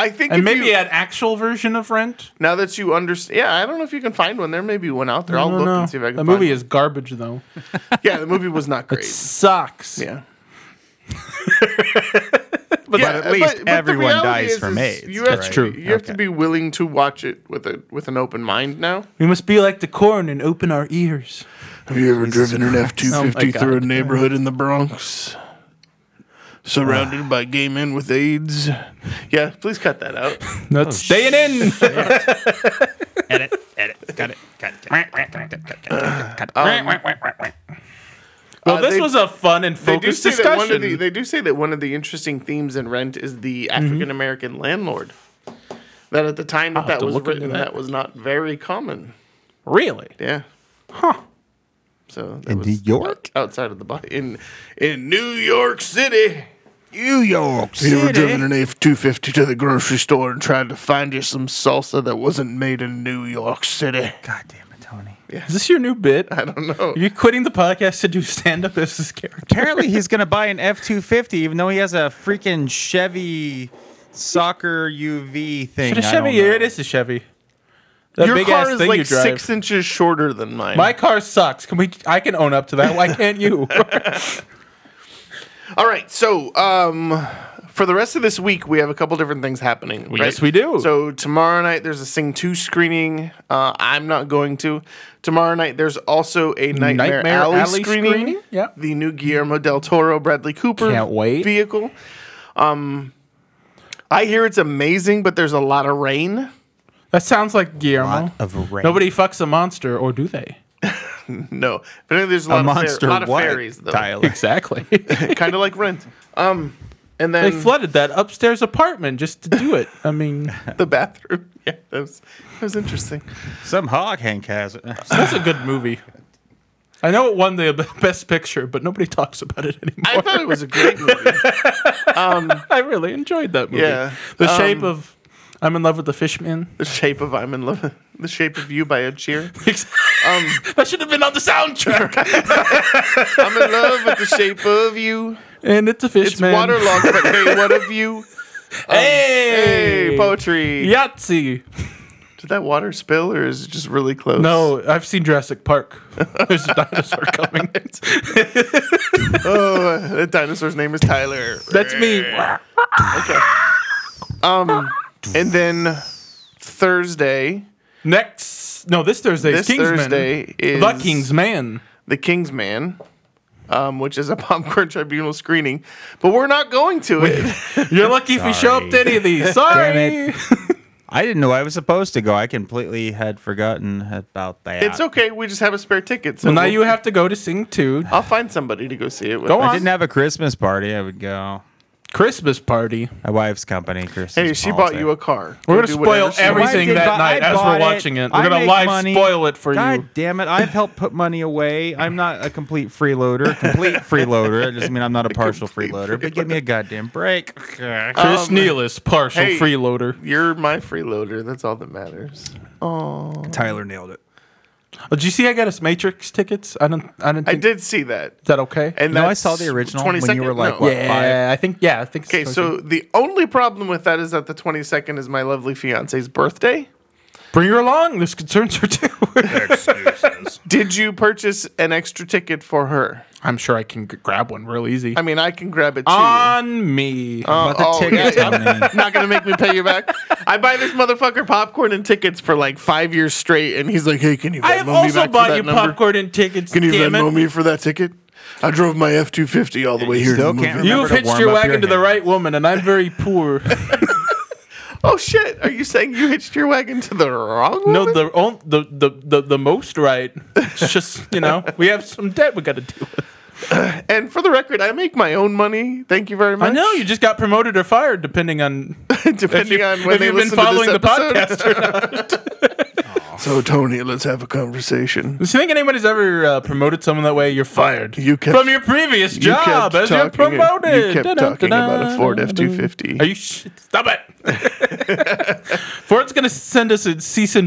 I think
and
if
maybe
you-
an actual version of Rent.
Now that you understand, yeah, I don't know if you can find one. There may be one out there. I'll
I
look
don't know.
and see if I can.
The
find
movie
one.
is garbage though.
yeah, the movie was not great.
Sucks.
yeah,
But at least
the
everyone
reality
dies
is- is
from AIDS.
You have
right?
to, true. You have to
Okay.
be willing to watch it with a with an open mind. Now,
We must be like the corn and open our ears.
have you ever driven an F two
Oh my God. through
a neighborhood in the Bronx, surrounded by gay men with AIDS? Yeah, please cut that out.
Not staying in.
edit, edit, got it, got it, got it, got it, got it, got it.
Um, Well,
Uh,
this
they-
was a fun and
They do
focused
say that one
discussion.
of the they do say that one of the interesting themes in Rent is the African American landlord. That at the time that, that
to
was
look into
written,
that.
that was not very common.
really?
Yeah.
Huh.
So that
In
was
New York?
o- outside of the body in in New York City.
New York City.
an F two fifty to the grocery store and tried to find you some salsa that wasn't made in New York City?
God damn it, Tony.
Is this your new bit?
I don't know.
Are you quitting the podcast to do stand up as this character?
Apparently, he's going to buy an F 250, even though he has a freaking Chevy soccer UV thing.
Should a
I don't
Chevy? Here
know.
it is a Chevy. That
Your
big
car
ass
is
thing you
like
drive.
six inches shorter than mine.
My car sucks. Can we? I can own up to that. Why can't you?
All right, so um, for the rest of this week, we have a couple different things happening. Right?
yes, we do.
So tomorrow night, there's a Sing 2 screening. Uh, I'm not going to. Tomorrow night, there's also a Nightmare,
Nightmare
Alley,
Alley
screening.
screening? Yeah.
The new Guillermo del Toro, Bradley Cooper
Can't wait.
vehicle. Um, I hear it's amazing, but there's a lot of rain.
That sounds like Guillermo.
Lot of rain.
Nobody fucks a monster, or do they?
No, but anyway, there's a lot
a
of, fer-
monster
lot of
what,
fairies, though.
Tyler?
Exactly.
kind of like Rent. Um, and
they
then
flooded that upstairs apartment just to do it. I mean,
the bathroom. Yeah, that was that was interesting.
Some hog Hank has it.
that's a good movie. I know it won the best picture, but nobody talks about it
I
anymore.
thought it was a great movie.
I really enjoyed that movie.
Yeah.
The
Um,
shape of I'm in love with the fishman.
The shape of I'm in love. The shape of you by Ed Sheeran.
um, that should have been on the soundtrack.
I'm in love with the shape of you.
and it's a fishman.
It's waterlogged, but hey, what of you?
Hey,
Hey, poetry.
Yahtzee.
Did that water spill, or is it just really close?
No, I've seen Jurassic Park. There's a dinosaur coming.
Oh, that dinosaur's name is Tyler.
That's me.
And then Thursday,
Next, no, this Thursday
this
is Kingsman.
Thursday is
the Kingsman.
the Kingsman, um, which is a popcorn tribunal screening, but we're not going to it.
You're lucky if you show up to any of these.
Damn
Sorry.
I didn't know I was supposed to go. I completely had forgotten about that.
It's okay. We just have a spare ticket. So
Well, now
we'll-
you have to go to Sing 2
I'll find somebody to go see it with.
Go
If I
on.
didn't have a Christmas party. I would go.
Christmas party.
My wife's company, Christmas.
Hey, she bought you a car. Go
We're gonna
do whatever
spoil
she
every-
wants.
everything that night as we're watching it. We're gonna live spoil it for
God
you.
damn it! I've helped put money away. I'm not a complete freeloader. Complete freeloader. It doesn't mean I'm not a partial freeloader. But give me a goddamn break.
Uh, Chris Nealis, partial
hey.
freeloader.
You're my freeloader. That's all that matters.
Tyler nailed it.
Oh, did you see I got us Matrix tickets? I don't. I didn't.
I
Think,
did see that.
Is that okay?
And
No, I
that's
saw the original when you
22nd?
were like,
No.
what?
yeah,
five?
I think. Yeah, I think. it's
Okay, so the only problem with that is that the 22nd is my lovely fiance's birthday.
bring her along. This concerns her too.
Excuses.
Did you purchase an extra ticket for her?
I'm sure I can g- grab one real easy.
I mean, I can grab it too.
On me.
Uh,
Bought the
oh,
tickets
yeah,
on
yeah.
me.
Not gonna make me pay you back. I buy this motherfucker popcorn and tickets for like five years straight, and he's like, "Hey, can you
I
Venmo
have
me
also
back for
bought
that
you
number?
popcorn and tickets.
Can you
damn
Venmo
it.
me for that ticket? I drove my F two fifty all the way here. To
still
the movie.
can't
You've
Remember to
hitched
warm
your
up
wagon
your
to the
hand.
right woman, and I'm very poor.
Oh shit! Are you saying you hitched your wagon to the wrong?
no,
woman?
the, on, the the the the most right. It's just you know we have some debt we got to deal with.
and for the record, I make my own money. Thank you very much.
I know you just got promoted or fired depending on if,
Depending
you,
on when
if
they
you've been
listen
following
to
the
this episode.
podcast. Or not.
So Tony, let's have a conversation.
Do you think anybody's ever uh, promoted someone that way? You're fired.
You kept-
from your previous
You kept
job as you're
talking-
promoted.
You kept
Da-da-da-da.
talking about a Ford F two fifty.
Are you sh- stop it? Ford's gonna send us a cease and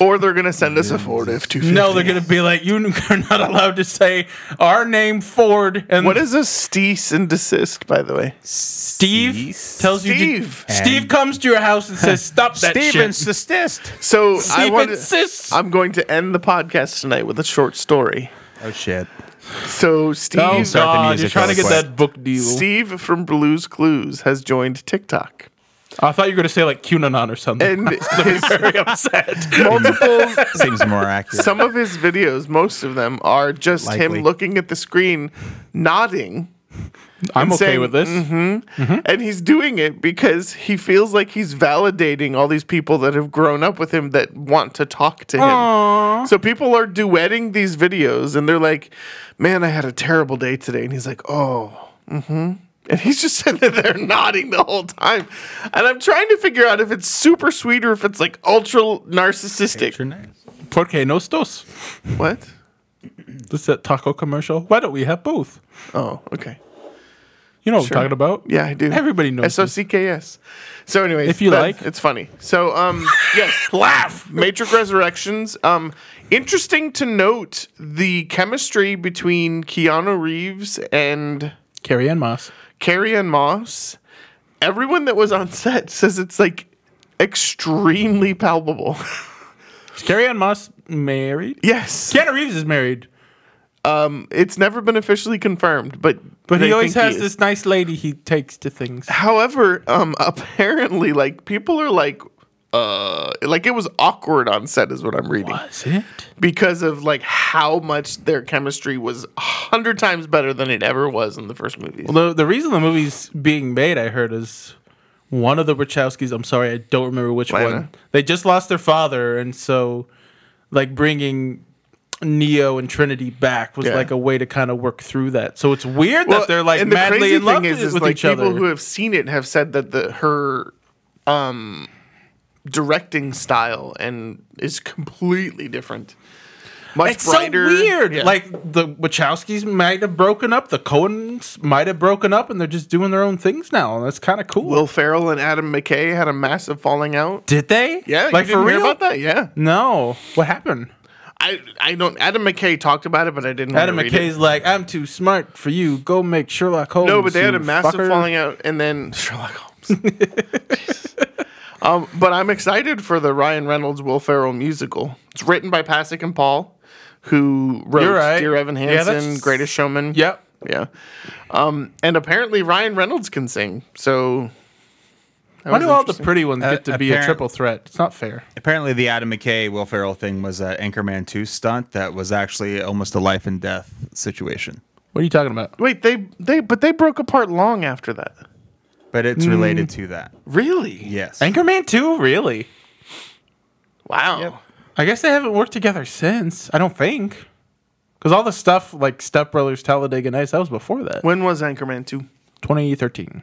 Or they're gonna send us a Ford F two fifty.
No, they're gonna be like, you are not allowed to say our name Ford. And
What is a cease and desist, by the way?
Steve tells you? To,
Steve.
Steve comes to your house and says, "Stop that
Steven
shit."
Sistist.
So I
Steve
want.
insists.
I'm going to end the podcast tonight with a short story.
Oh shit.
So Steve,
Oh
start the
God! You're
music
trying to
real
get
quick.
that book deal.
Steve from Blue's Clues has joined TikTok,
I thought you were going to say like QAnon or something.
and his
very upset.
multiple
Seems more accurate.
some of his videos, most of them, are just
Likely.
him looking at the screen, nodding,
I'm okay
saying, mm-hmm.
with this.
and he's doing it because he feels like he's validating all these people that have grown up with him that want to talk to him. So people are duetting these videos, and they're like, "Man, I had a terrible day today," and he's like, "Oh." And he's just sitting there nodding the whole time. And I'm trying to figure out if it's super sweet or if it's like ultra narcissistic.
Porque nos dos.
What?
This is that taco commercial. Why don't we have both?
Oh, okay.
You know what I'm talking about?
Yeah, I do.
Everybody knows
S O C K S. So, anyways,
If you
that-
like.
it's funny. So, um, yes, laugh. Matrix Resurrections. Um, interesting to note the chemistry between Keanu Reeves and
Carrie Ann Moss.
Carrie Ann Moss. Everyone that was on set says it's like extremely palpable.
Is Carrie Ann Moss married?
yes.
Keanu Reeves is married.
Um, it's never been officially confirmed, but
But
they
he always
think
has
is.
this nice lady he takes to things.
However, um, apparently, like people are like, uh, like it was awkward on set, is what I'm reading,
Is it?
because of like how much their chemistry was a hundred times better than it ever was in the first movie.
Well, the, the reason the movie's being made, I heard, is one of the Wachowskis. I'm sorry, I don't remember which
Lana.
one. They just lost their father, and so like bringing Neo and Trinity back was
Yeah.
like a way to kind of work through that. So it's weird
Well,
that they're like
and the
madly
crazy
in love
thing is, is
with
like
each
people
other.
who have seen it have said that the her, um, directing style and is completely different. Much
it's
brighter.
so weird.
Yeah.
Like the Wachowskis might have broken up, the Coens might have broken up, and they're just doing their own things now, and that's kind of cool.
Will Ferrell and Adam McKay had a massive falling out.
Did they?
Yeah,
like
you didn't
for
hear
real?
about that? Yeah.
No, what happened?
I I don't. Adam McKay talked about it, but I didn't.
Adam
wanna read it.
McKay's like, I'm too smart for you. Go make Sherlock Holmes.
No, but they had
you
a massive
fucker."
falling out, and then Sherlock Holmes. Jesus. um, but I'm excited for the Ryan Reynolds Will Ferrell musical. It's written by Pasek and Paul, who wrote
You're right.
Dear Evan
Yeah,
Hansen,
that's-
Greatest Showman.
Yep.
Yeah. Um, and apparently Ryan Reynolds can sing. So. that
Why
was
do all the
interesting.
pretty ones
Uh,
get to be a
apparent-
triple threat? It's not fair.
Apparently, the Adam McKay Will Ferrell thing was an Anchorman 2 stunt that was actually almost a life and death situation.
What are you talking about?
Wait, they they but they broke apart long after that.
But
Hmm.
it's related to that.
Really?
Yes.
Anchorman 2? Really?
Wow.
I guess they haven't worked together since. I don't think. Because all the stuff like Step Brothers, Talladega Nights, that was before that.
When was Anchorman two?
2013.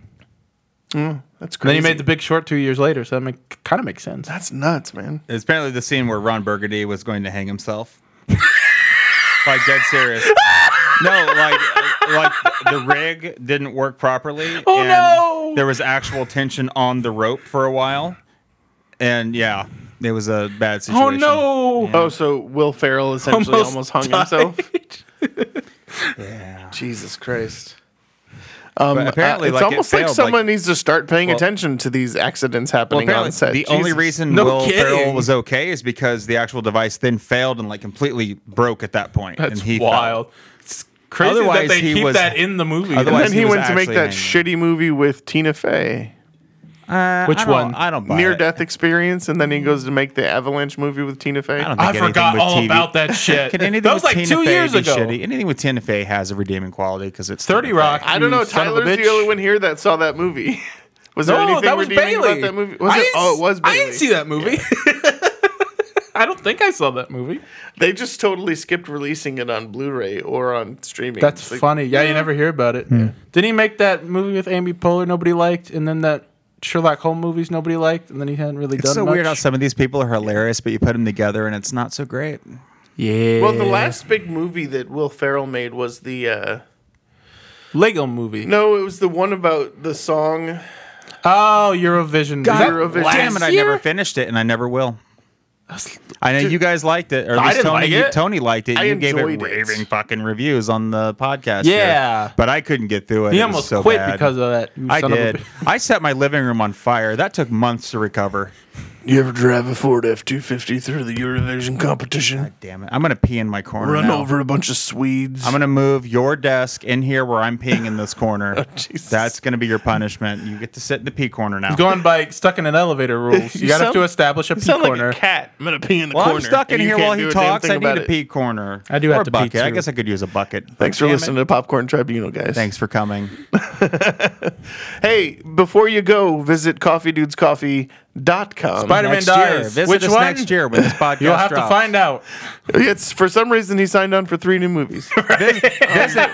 That's
Then
crazy.
he made The Big Short two years later, so that make, kind of makes sense.
That's nuts, man.
It's apparently the scene where Ron Burgundy was going to hang himself. like dead serious. No, like like the rig didn't work properly. Oh
no!
There was actual tension on the rope for a while, and yeah, it was a bad situation.
Oh no!
Oh, so Will Ferrell essentially almost, hung
died.
himself.
Yeah.
Jesus Christ. Um,
But
apparently,
apparently,
it's
like, it
almost like
failed,
someone
like-
needs to start paying
Well-
attention to these accidents happening
Well,
on
apparently,
set.
the only
Jesus.
reason
No
Will
kidding.
Ferrell was okay is because the actual device then failed and like completely broke at that point,
That's
and he fell.
wild. It's crazy that
Otherwise,
they
he
keep
was-
that in the movie.
And
Otherwise-
then
he
he,
was
went to make
actually
that
hanging.
shitty movie with Tina Fey,
Uh,
Which
I don't-
one?
I don't buy
Near
it.
Death Experience, and then he goes to make the Avalanche movie with Tina Fey.
I don't think
I
anything
forgot
with
all
TV
about that shit.
Can anything
that was like
with Tina
two
Fey
years
be
ago.
Shitty? Anything with Tina Fey has a redeeming quality because it's
30
Tina Fey.
Rock.
I don't know.
You son of a
Tyler's the
bitch.
only one here that saw that movie. Was there
No,
anything
that was
redeeming
Bailey.
about that movie? Was
I
it?
didn't-
Oh, it was Bailey.
I didn't see that movie. I don't think I saw that movie.
They just totally skipped releasing it on Blu-ray or on streaming.
That's
It's like,
funny. Yeah, you never hear about it. Didn't he make that movie with Amy Poehler nobody liked, and then that Sherlock Holmes movies nobody liked, and then he hadn't really
It's
done
so
much?
weird how some of these people are hilarious, but you put them together and it's not so great.
yeah.
Well, the last big movie that Will Ferrell made was the uh
Lego movie.
no, it was the one about the song.
Oh, Eurovision.
God,
Is that-
Eurovision.
Damn it! I
Last
never
year?
finished it, and I never will. I know you guys liked it, or at least
didn't
Tony,
like
you-
it.
Tony liked it.
I
you gave it
enjoyed it.
raving fucking reviews on the podcast.
Yeah.
here, but I couldn't get through it.
he
It was
almost
so
quit
bad.
because of that. you
I
son of a
did.
bitch.
I set my living room on fire. That took months to recover.
You ever drive a Ford F two fifty through the Eurovision competition?
Damn it! I'm gonna pee in my corner. now.
a bunch of Swedes.
I'm gonna move your desk in here where I'm peeing in this corner.
Oh, Jesus.
That's gonna be your punishment. You get to sit in the pee corner now.
Going by stuck in an elevator rules. You,
You sound-
gotta have to establish a
You
pee
sound
corner.
like a cat. I'm gonna pee in the
well,
corner.
I'm stuck in
and you
here
can't
while
do
he
a damn
talks.
thing
I need
about
a
it.
pee corner.
I do
Or
have
a
to pee,
bucket. I
too.
guess I could use a bucket.
Thanks for
Damn it.
listening to Popcorn Tribunal, guys.
Thanks for coming.
Hey, before you go, visit coffeedudescoffee.com.
Spider- Spider-Man
next year.
dies.
Visit
Which
us
one?
next year when this podcast
You'll have to
drops.
find out.
It's for some reason he signed on for three new movies.
Visit, visit,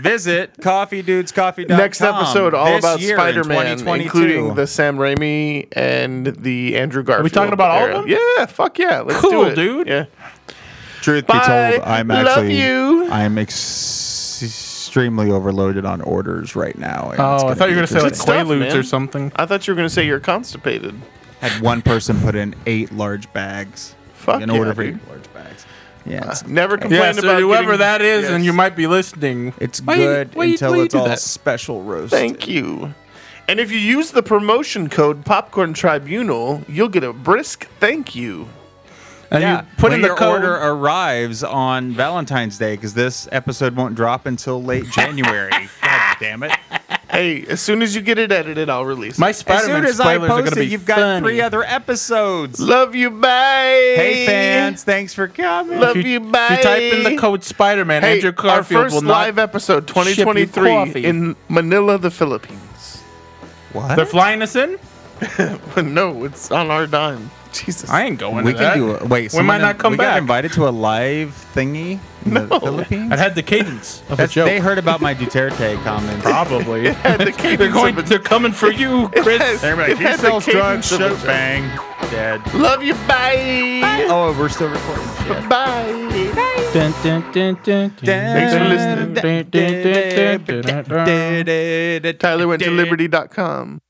visit coffeedudescoffee.com.
Next episode, all
this
about
year in
Spider-Man,
2022.
including the Sam Raimi and the Andrew Garfield.
talking about all of
era.
them?
Yeah, fuck yeah, let's do
Cool,
it,
dude.
Yeah,
Truth
Bye.
be told, I'm
Love
actually
you.
I'm ex- extremely overloaded on orders right now. and it's
Oh, I thought you were gonna
be
say like
Good stuff,
Quaaludes
man.
or something.
I thought you were gonna say you're constipated.
had one person put in eight large bags.
Fuck
in order
yeah,
for
dude. Uh,
eight large bags. Yeah, it's,
Never complain
Yeah,
about
so whoever
getting-
that is, and
Yes.
you might be listening.
it's
Why you-
good
why you-
until
why you
it's
do
all
that?
special roast.
Thank you. And if you use the promotion code Popcorn Tribunal, you'll get a brisk thank you.
And
yeah.
you put in
when
the
your
code.
order arrives on Valentine's Day because this episode won't drop until late January. God damn it!
Hey, as soon as you get it edited, I'll release. it.
My
As
Spider-Man
soon as I
spoilers are
post
gonna be
it, you've got
funny.
three other episodes.
love you, bye.
Hey fans, thanks for coming.
love
If
you,
you,
bye.
if you type in the code Spider-Man,
Hey,
Andrew
our
Garfield
first
will not.
live episode
you
2023
coffee.
in Manila, the Philippines.
What?
They're flying us in.
no, it's on our dime. Jesus.
I ain't going.
we
to
can
that.
do a wait.
We might
someone
not
in-
come
we Got
back.
invited to a live thingy in the Philippines.
I had the cadence of a
That's-
joke.
They heard about my Duterte comments.
Probably.
the
they're
cadence
going.
of a-
They're coming for you, Chris.
It
Everybody,
had
he
the
sells drugs.
cadence of a
Shoot,
joke.
bang, dead.
Love you, bye.
Oh, we're still recording. Shit.
Bye.
Dun, dun, dun, dun, dun.
Thanks for listening.
Dun, dun, dun, dun, dun, dun, dun.
Tyler went to liberty.com.